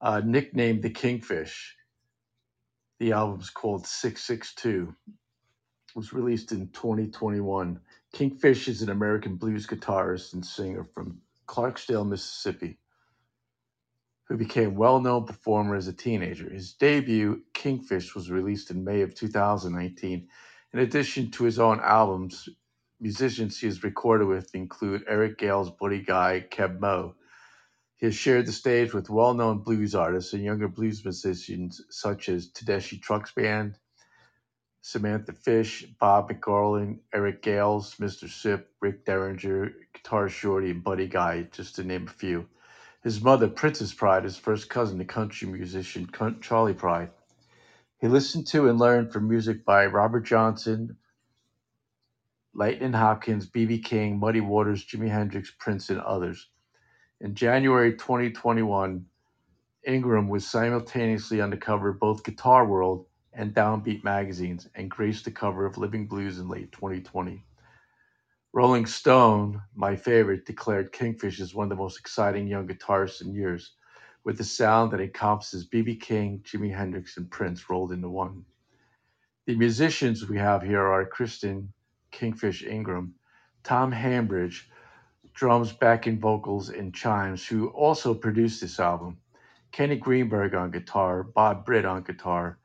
Speaker 5: uh, nicknamed the Kingfish. The album's called Six Six Two. Was released in 2021. Kingfish is an American blues guitarist and singer from Clarksdale, Mississippi, who became well-known performer as a teenager. His debut, Kingfish, was released in May of 2019. In addition to his own albums, musicians he has recorded with include Eric Gales, Buddy Guy, Keb Moe. He has shared the stage with well-known blues artists and younger blues musicians such as Tedeschi Trucks Band, Samantha Fish, Bob McGarland, Eric Gales, Mr. Sip, Rick Derringer, Guitar Shorty, and Buddy Guy, just to name a few. His mother, Princess Pride, is first cousin to country musician Con- Charlie Pride. He listened to and learned from music by Robert Johnson, Lightnin' Hopkins, B.B. King, Muddy Waters, Jimi Hendrix, Prince, and others. In January 2021, Ingram was simultaneously on the cover of both Guitar World and Downbeat magazines and graced the cover of Living Blues in late 2020. Rolling Stone, my favorite, declared Kingfish as one of the most exciting young guitarists in years, with a sound that encompasses B.B. King, Jimi Hendrix, and Prince rolled into one. The musicians we have here are Kristen Kingfish Ingram, Tom Hambridge, drums, backing vocals, and chimes, who also produced this album, Kenny Greenberg on guitar, Bob Britt on guitar,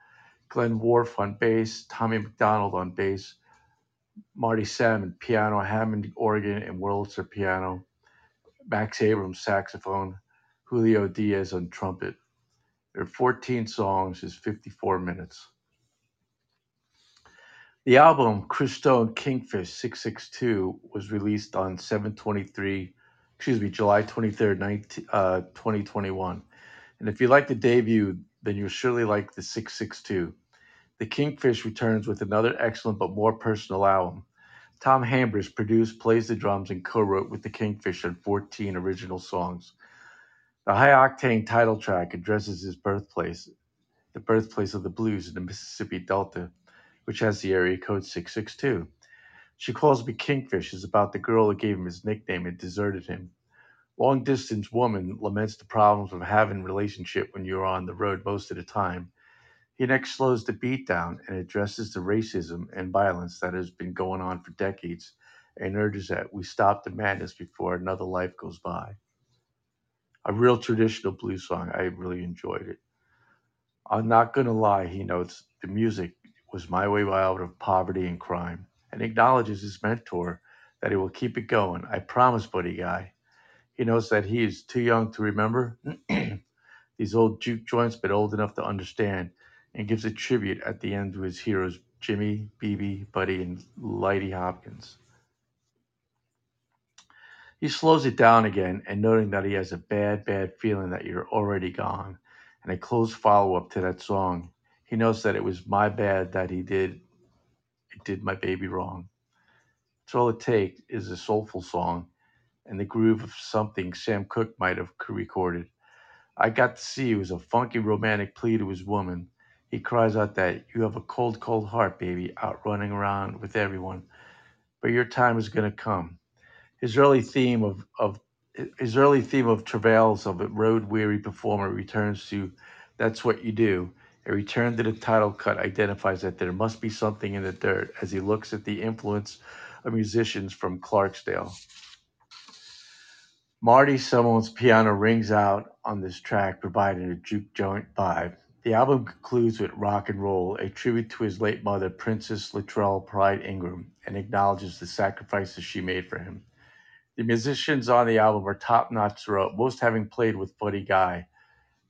Speaker 5: Glenn Wharf on bass, Tommy McDonald on bass, Marty Salmon piano, Hammond organ and Wurlitzer piano, Max Abrams saxophone, Julio Diaz on trumpet. There are 14 songs, is 54 minutes. The album Christone Kingfish 662 was released on 723, excuse me, July 23rd, 19, uh, 2021. And if you like the debut, then you'll surely like the 662. The Kingfish returns with another excellent but more personal album. Tom Hambridge produced, plays the drums, and co wrote with the Kingfish on 14 original songs. The high octane title track addresses his birthplace, the birthplace of the blues in the Mississippi Delta, which has the area code 662. She Calls Me Kingfish is about the girl who gave him his nickname and deserted him. Long distance woman laments the problems of having a relationship when you're on the road most of the time. He next slows the beat down and addresses the racism and violence that has been going on for decades and urges that we stop the madness before another life goes by. A real traditional blues song. I really enjoyed it. I'm not going to lie, he notes, the music was my way out of poverty and crime and acknowledges his mentor that he will keep it going. I promise, buddy guy. He knows that he is too young to remember these old juke joints, but old enough to understand, and gives a tribute at the end to his heroes Jimmy, BB, Buddy, and Lighty Hopkins. He slows it down again and noting that he has a bad, bad feeling that you're already gone, and a close follow up to that song. He knows that it was my bad that he did it did my baby wrong. It's all it takes is a soulful song and the groove of something Sam Cooke might have recorded. I got to see it was a funky romantic plea to his woman. He cries out that you have a cold, cold heart, baby, out running around with everyone. But your time is gonna come. His early theme of, of his early theme of travails of a road weary performer returns to That's What You Do. A return to the title cut identifies that there must be something in the dirt as he looks at the influence of musicians from Clarksdale. Marty Summerlin's piano rings out on this track, providing a juke joint vibe. The album concludes with Rock and Roll, a tribute to his late mother, Princess Latrell Pride Ingram, and acknowledges the sacrifices she made for him. The musicians on the album are top notch throughout, most having played with Buddy Guy,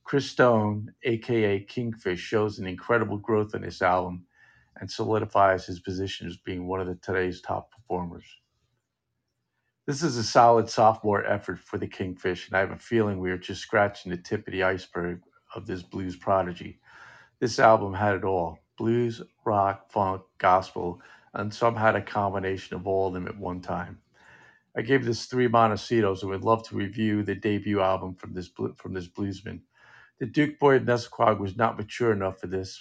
Speaker 5: Chris Stone, aka Kingfish, shows an incredible growth in this album and solidifies his position as being one of the today's top performers. This is a solid sophomore effort for the Kingfish, and I have a feeling we are just scratching the tip of the iceberg of this blues prodigy. This album had it all blues, rock, funk, gospel, and some had a combination of all of them at one time. I gave this three Montecitos and would love to review the debut album from this blu- from this bluesman. The Duke Boy of Nesquag was not mature enough for this,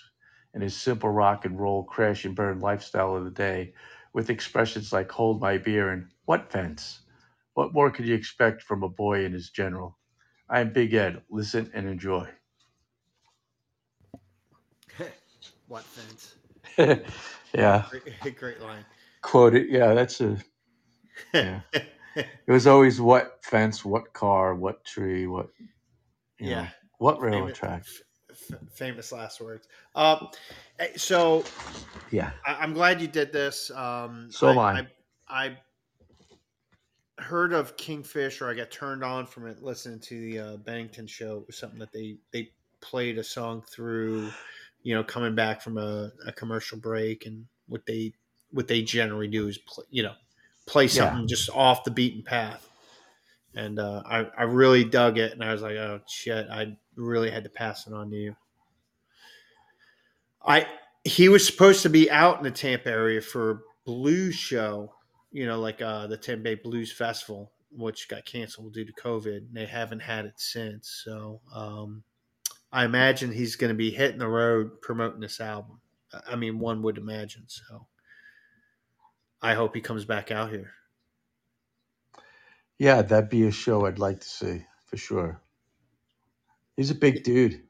Speaker 5: and his simple rock and roll crash and burn lifestyle of the day, with expressions like "Hold my beer" and "What fence." What more could you expect from a boy in his general? I am Big Ed. Listen and enjoy.
Speaker 1: what fence?
Speaker 5: yeah,
Speaker 1: Great, great line.
Speaker 5: quote it. Yeah, that's a. Yeah. It was always what fence, what car, what tree, what you know,
Speaker 1: yeah.
Speaker 5: what railroad
Speaker 1: Famous-
Speaker 5: track.
Speaker 1: f- famous last words. Um, eh, so
Speaker 5: Yeah.
Speaker 1: I, I'm glad you did this. Um,
Speaker 5: So am
Speaker 1: I,
Speaker 5: I.
Speaker 1: I. I heard of Kingfish, or I got turned on from it listening to the uh, Bennington show. It was something that they they played a song through, you know, coming back from a, a commercial break, and what they what they generally do is play, you know play
Speaker 5: Yeah.
Speaker 1: something just off the beaten path. And uh, I I really dug it, and I was like, oh shit, I really had to pass it on to you. I he was supposed to be out in the Tampa area for a blues show, you know, like uh, the Tampa Bay Blues Festival, which got canceled due to COVID. And they haven't had it since. So um, I imagine he's going to be hitting the road promoting this album. I- I mean, one would imagine. So I hope he comes back out here.
Speaker 5: Yeah, that'd be a show I'd like to see for sure. He's a big dude.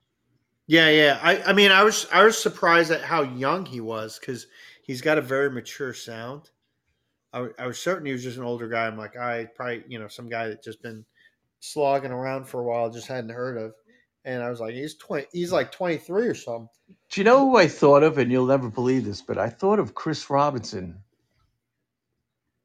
Speaker 1: Yeah, yeah. I, I mean, I was I was surprised at how young he was because he's got a very mature sound. I, w- I was certain he was just an older guy. I'm like, I probably you know some guy that just been slogging around for a while, just hadn't heard of. And I was like, he's twenty. He's like twenty three or something.
Speaker 5: Do you know who I thought of? And you'll never believe this, but I thought of Chris Robinson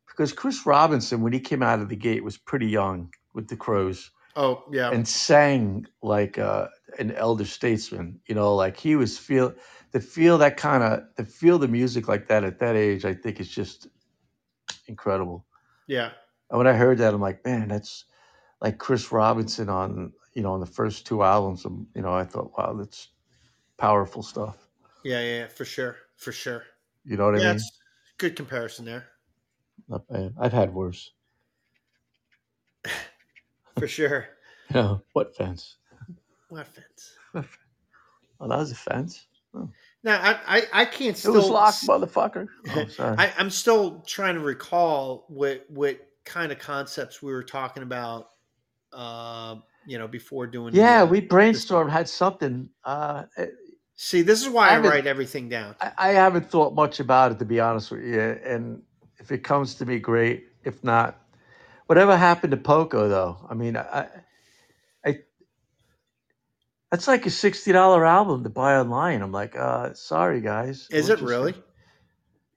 Speaker 5: because Chris Robinson, when he came out of the gate, was pretty young with the Crows
Speaker 1: Oh yeah,
Speaker 5: and sang like uh, an elder statesman. You know, like he was feel to feel that kind of to feel the music like that at that age. I think is just incredible.
Speaker 1: yeah,
Speaker 5: And when I heard that, I'm like, man, that's like Chris Robinson on you know on the first two albums. um, You know, I thought, wow, that's powerful stuff.
Speaker 1: yeah, yeah, for sure, for sure.
Speaker 5: You know what I
Speaker 1: Yeah,
Speaker 5: mean?
Speaker 1: it's good comparison there,
Speaker 5: Not bad. I've had worse.
Speaker 1: for sure.
Speaker 5: You know, what fence?
Speaker 1: What offense?
Speaker 5: Oh, that was a fence. Oh.
Speaker 1: Now I I, I can't
Speaker 5: It was
Speaker 1: still
Speaker 5: locked, motherfucker. Oh, sorry.
Speaker 1: I, I'm still trying to recall what what kind of concepts we were talking about. Uh, you know, before doing. the,
Speaker 5: yeah,
Speaker 1: uh,
Speaker 5: we brainstormed, had something. Uh,
Speaker 1: see, this is why I,
Speaker 5: I did-
Speaker 1: write everything down.
Speaker 5: I, I haven't thought much about it, to be honest with you. And if it comes to me, great. If not, whatever happened to Poco, though? I mean, I, I that's like a $60 album to buy online. I'm like, uh, sorry, guys.
Speaker 1: is
Speaker 5: We're
Speaker 1: it
Speaker 5: just-
Speaker 1: really?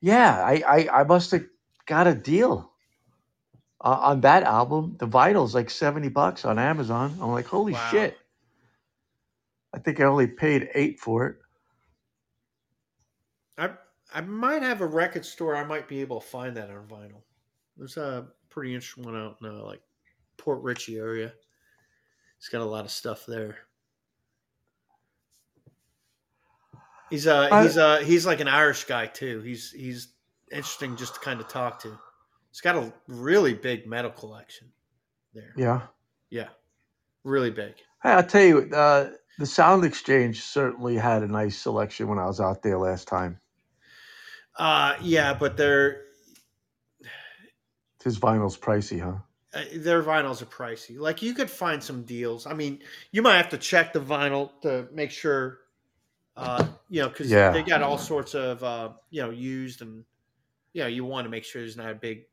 Speaker 5: Yeah, I, I, I must have got a deal uh, on that album. The vinyl's like 70 bucks on Amazon. I'm like, holy
Speaker 1: Wow.
Speaker 5: shit. I think I only paid eight for it.
Speaker 1: I I might have a record store. I might be able to find that on vinyl. There's a pretty interesting one out in uh, like Port Richey area. He's got a lot of stuff there. He's uh
Speaker 5: I-
Speaker 1: he's uh he's like an Irish guy too. He's he's interesting just to kind of talk to. He's got a really big metal collection there.
Speaker 5: Yeah.
Speaker 1: Yeah, really big.
Speaker 5: Hey, I'll tell you, uh, the Sound Exchange certainly had a nice selection when I was out there last time.
Speaker 1: Uh yeah, but their
Speaker 5: His vinyl's pricey, huh?
Speaker 1: uh, their vinyls are pricey. Like you could find some deals. I mean, you might have to check the vinyl to make sure uh you know cuz
Speaker 5: Yeah.
Speaker 1: they got all sorts of uh you know used and you know you want to make sure there's not a big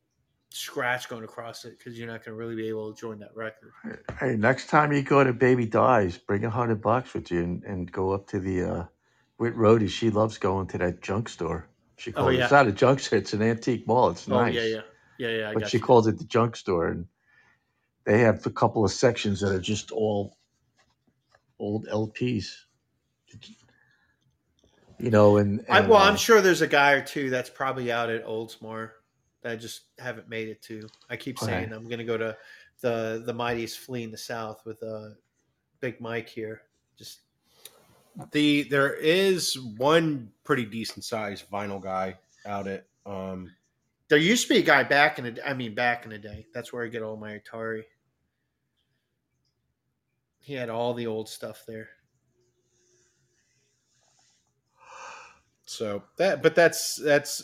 Speaker 1: scratch going across it cuz you're not going to really be able to join that record.
Speaker 5: Hey, next time you go to Baby Dies, bring a hundred bucks with you and, and go up to the uh, Whit Rhodey. She loves going to that junk store.
Speaker 1: Oh,
Speaker 5: She calls it.
Speaker 1: yeah.
Speaker 5: It's not a junk store. It's an antique mall. It's
Speaker 1: Oh
Speaker 5: nice.
Speaker 1: yeah, yeah. Yeah, yeah, I
Speaker 5: but
Speaker 1: got
Speaker 5: she
Speaker 1: you.
Speaker 5: calls it the junk store and they have a couple of sections that are just all old LPs. You know, and,
Speaker 1: I,
Speaker 5: and,
Speaker 1: well,
Speaker 5: uh,
Speaker 1: I'm sure there's a guy or two that's probably out at Oldsmar that I just haven't made it to. I keep saying
Speaker 5: Right.
Speaker 1: I'm going to go to the the mightiest flea in the south with uh, Big Mike here. Just
Speaker 2: The there is one pretty decent sized vinyl guy out at um
Speaker 1: there used to be a guy back in the I mean back in the day. That's where I get all my Atari. He had all the old stuff there.
Speaker 2: so that but that's that's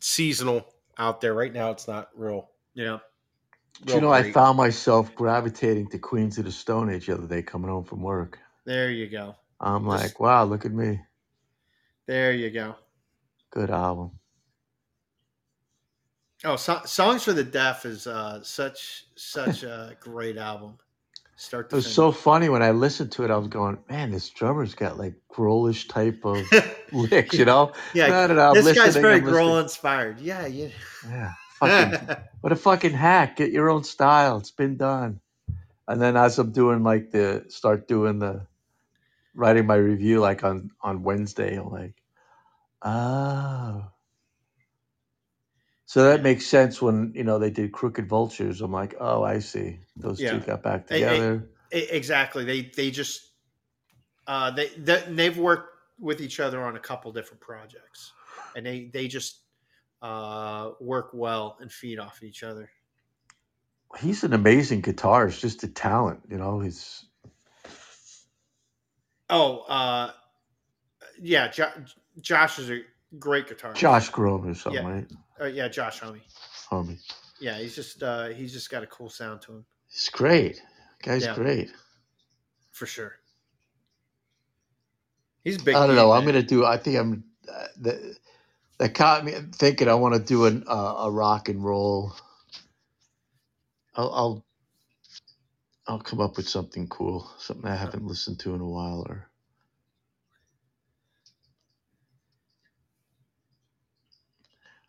Speaker 2: seasonal out there right now it's not real
Speaker 1: Yeah.
Speaker 5: do you
Speaker 2: real
Speaker 5: know, I
Speaker 2: great.
Speaker 5: found myself gravitating to Queens of the Stone Age the other day coming home from work.
Speaker 1: There you go.
Speaker 5: I'm
Speaker 1: This-
Speaker 5: like, wow, look at me.
Speaker 1: There you go.
Speaker 5: Good album.
Speaker 1: Oh, so- Songs for the Deaf is uh, such such a great album. Start
Speaker 5: It
Speaker 1: to
Speaker 5: was
Speaker 1: finish.
Speaker 5: so funny when I listened to it. I was going, man, this drummer's got like growlish type of licks, you know?
Speaker 1: yeah,
Speaker 5: No, no, no, I'm
Speaker 1: this guy's
Speaker 5: listening,
Speaker 1: very
Speaker 5: I'm listening.
Speaker 1: growl inspired. Yeah, yeah.
Speaker 5: Yeah. Fucking What a fucking hack. Get your own style. It's been done. And then as I'm doing like the start doing the writing my review like on on Wednesday, I'm like, oh. So that
Speaker 1: Yeah.
Speaker 5: makes sense when you know they did Crooked Vultures. I'm like, oh, I see. Those
Speaker 1: Yeah.
Speaker 5: two got back
Speaker 1: Hey, hey.
Speaker 5: together.
Speaker 1: E- exactly. They they just uh, they, they they've worked with each other on a couple different projects, and they they just uh, work well and feed off each other.
Speaker 5: He's an amazing guitarist, just a talent, you know. He's
Speaker 1: Oh, uh, yeah. Jo- Josh is a great guitarist.
Speaker 5: Josh Groban or something,
Speaker 1: Yeah.
Speaker 5: right?
Speaker 1: uh, yeah, Josh homie.
Speaker 5: Homie.
Speaker 1: Yeah, he's just uh, he's just got a cool sound to him
Speaker 5: He's great. Guy's
Speaker 1: Yeah.
Speaker 5: great.
Speaker 1: for sure. He's a big.
Speaker 5: I
Speaker 1: game,
Speaker 5: don't know. I'm
Speaker 1: man.
Speaker 5: gonna do. I think I'm. Uh, the, that caught me thinking. I want to do an, uh, a rock and roll. I'll, I'll I'll come up with something cool, something I haven't listened to in a while, or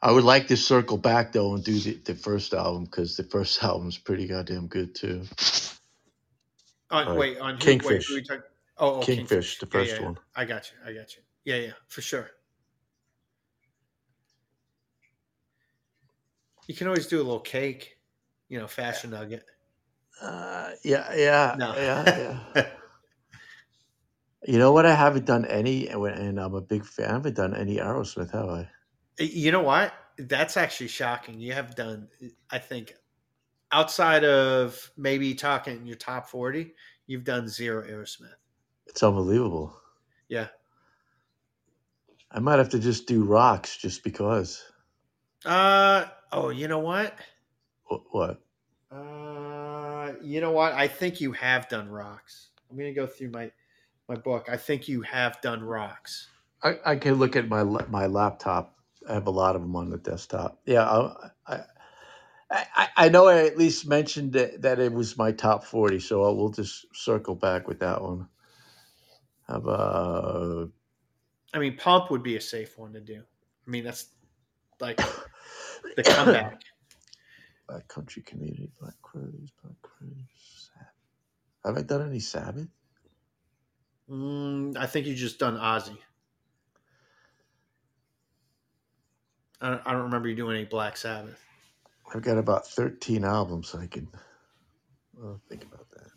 Speaker 5: I would like to circle back though and do the, the first album because the first album's pretty goddamn good too.
Speaker 1: On,
Speaker 5: Right.
Speaker 1: wait, on who, Wait,
Speaker 5: Kingfish.
Speaker 1: who we talk, oh, oh,
Speaker 5: Kingfish, the
Speaker 1: Yeah,
Speaker 5: first
Speaker 1: yeah, yeah.
Speaker 5: one.
Speaker 1: I got you. I got you. Yeah, yeah, for sure. You can always do a little cake, you know, fashion nugget.
Speaker 5: Uh, yeah, yeah,
Speaker 1: No.
Speaker 5: yeah, yeah. You know what? I haven't done any, and when- and I'm a big fan. I haven't done any Aerosmith, have I?
Speaker 1: You know what? That's actually shocking. You have done, I think, outside of maybe talking your top forty, you've done zero Aerosmith.
Speaker 5: It's unbelievable.
Speaker 1: Yeah.
Speaker 5: I might have to just do rocks just because.
Speaker 1: Uh oh. You know what?
Speaker 5: Wh- What?
Speaker 1: Uh, you know what? I think you have done rocks. I'm gonna go through my my book. I think you have done rocks.
Speaker 5: I, I can look at my la- my laptop. I have a lot of them on the desktop. Yeah, I I, I, I know I at least mentioned that, that it was my top forty, so I will just circle back with that one. How about
Speaker 1: I mean, pump would be a safe one to do. I mean, that's like the comeback.
Speaker 5: Black Country Community, Black Cruise, Black Cruise. Sabbath. Have I done any Sabbath?
Speaker 1: Mm, I think you just done Ozzy. I don't, I don't remember you doing any Black Sabbath.
Speaker 5: I've got about thirteen albums. I can well, think about that.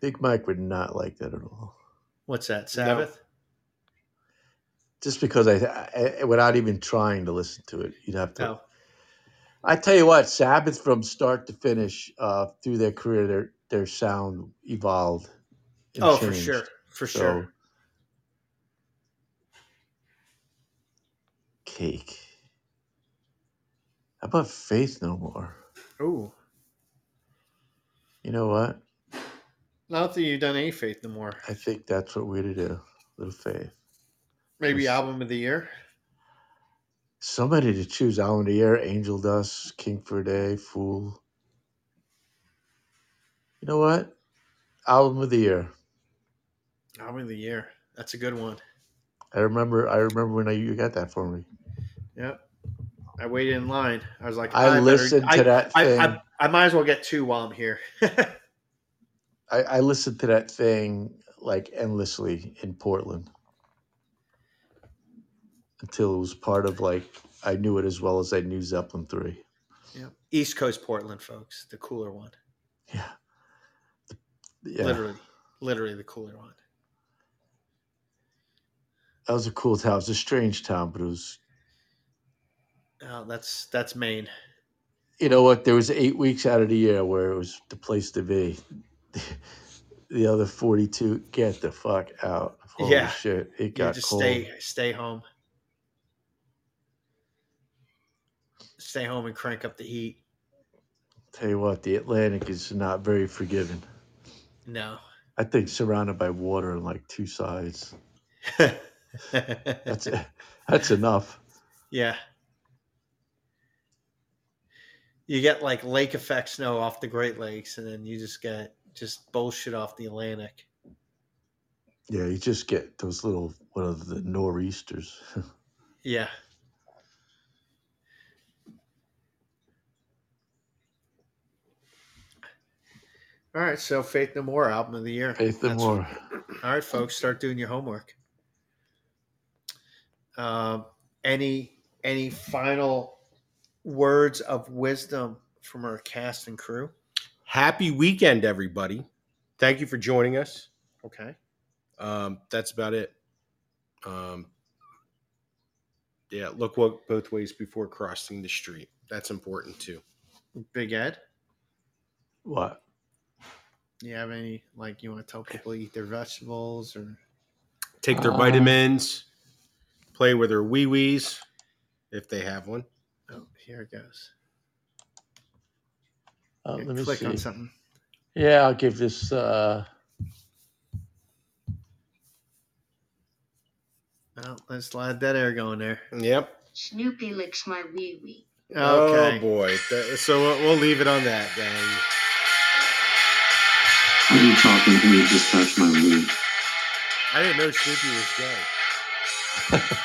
Speaker 5: Big Mike would not like that at all.
Speaker 1: What's that? Sabbath?
Speaker 5: Just because I, I I- without even trying to listen to it, you'd have to.
Speaker 1: No.
Speaker 5: I tell you what, Sabbath from start to finish uh, through their career, their their sound evolved. and
Speaker 1: Oh, for
Speaker 5: changed.
Speaker 1: sure. For
Speaker 5: So,
Speaker 1: sure.
Speaker 5: Cake. How about Faith No More?
Speaker 1: Ooh.
Speaker 5: You know what?
Speaker 1: I don't think you've done any Faith No More.
Speaker 5: I think that's what we're to do. Little Faith.
Speaker 1: Maybe
Speaker 5: Yes.
Speaker 1: album of the year.
Speaker 5: Somebody to choose Alan the Air, Angel Dust, King for a Day, Fool. You know what? Album of the year.
Speaker 1: Album of the year. That's a good one.
Speaker 5: I remember. I remember when I, you got that for me.
Speaker 1: Yep. I waited in line. I was like,
Speaker 5: I,
Speaker 1: better-
Speaker 5: listened
Speaker 1: I-
Speaker 5: to that
Speaker 1: I,
Speaker 5: thing.
Speaker 1: I, I might as well get two while I'm here.
Speaker 5: I, I listened to that thing like endlessly in Portland until it was part of like I knew it as well as I knew Zeppelin three.
Speaker 1: Yep. East Coast Portland, folks, the cooler one.
Speaker 5: Yeah, yeah,
Speaker 1: Literally, literally the cooler one.
Speaker 5: that was a cool town. It was a strange town, but it was.
Speaker 1: Oh, that's that's Maine.
Speaker 5: You know what? There was eight weeks out of the year where it was the place to be. the other forty-two, get the fuck out! Holy
Speaker 1: Yeah.
Speaker 5: shit, it
Speaker 1: You
Speaker 5: got
Speaker 1: just
Speaker 5: cold.
Speaker 1: stay stay home. Stay home and crank up the heat.
Speaker 5: Tell you what, the Atlantic is not very forgiving.
Speaker 1: No.
Speaker 5: I think surrounded by water on like two sides. That's
Speaker 1: that's
Speaker 5: it. That's enough.
Speaker 1: Yeah. You get like lake effect snow off the Great Lakes, and then you just get just bullshit off the Atlantic.
Speaker 5: Yeah, you just get those little what are the nor'easters.
Speaker 1: Yeah. All right, so Faith No More album of the year.
Speaker 5: Faith and
Speaker 1: That's-
Speaker 5: more.
Speaker 1: All right, folks, start doing your homework. Um, any any final words of wisdom from our cast and crew?
Speaker 2: Happy weekend, everybody. Thank you for joining us.
Speaker 1: Okay.
Speaker 2: Um, that's about it. Um, yeah, look wo- both ways before crossing the street. That's important too.
Speaker 1: Big Ed,
Speaker 5: What?
Speaker 1: do you have any like you want to tell people to eat their vegetables or
Speaker 2: Take their
Speaker 5: Uh.
Speaker 2: vitamins, play with their wee wees if they have one.
Speaker 1: oh here it goes.
Speaker 5: Uh,
Speaker 1: Here,
Speaker 5: let me
Speaker 1: click
Speaker 5: see.
Speaker 1: on something.
Speaker 5: Yeah, I'll give this. Uh,
Speaker 1: Oh, let's slide that air going there.
Speaker 2: Yep.
Speaker 7: Snoopy licks my wee wee.
Speaker 2: Oh
Speaker 1: Okay.
Speaker 2: boy. That- so we'll, we'll leave it on that. Then.
Speaker 8: Are you talking to me? Just touch my wee.
Speaker 2: I didn't know Snoopy was gay.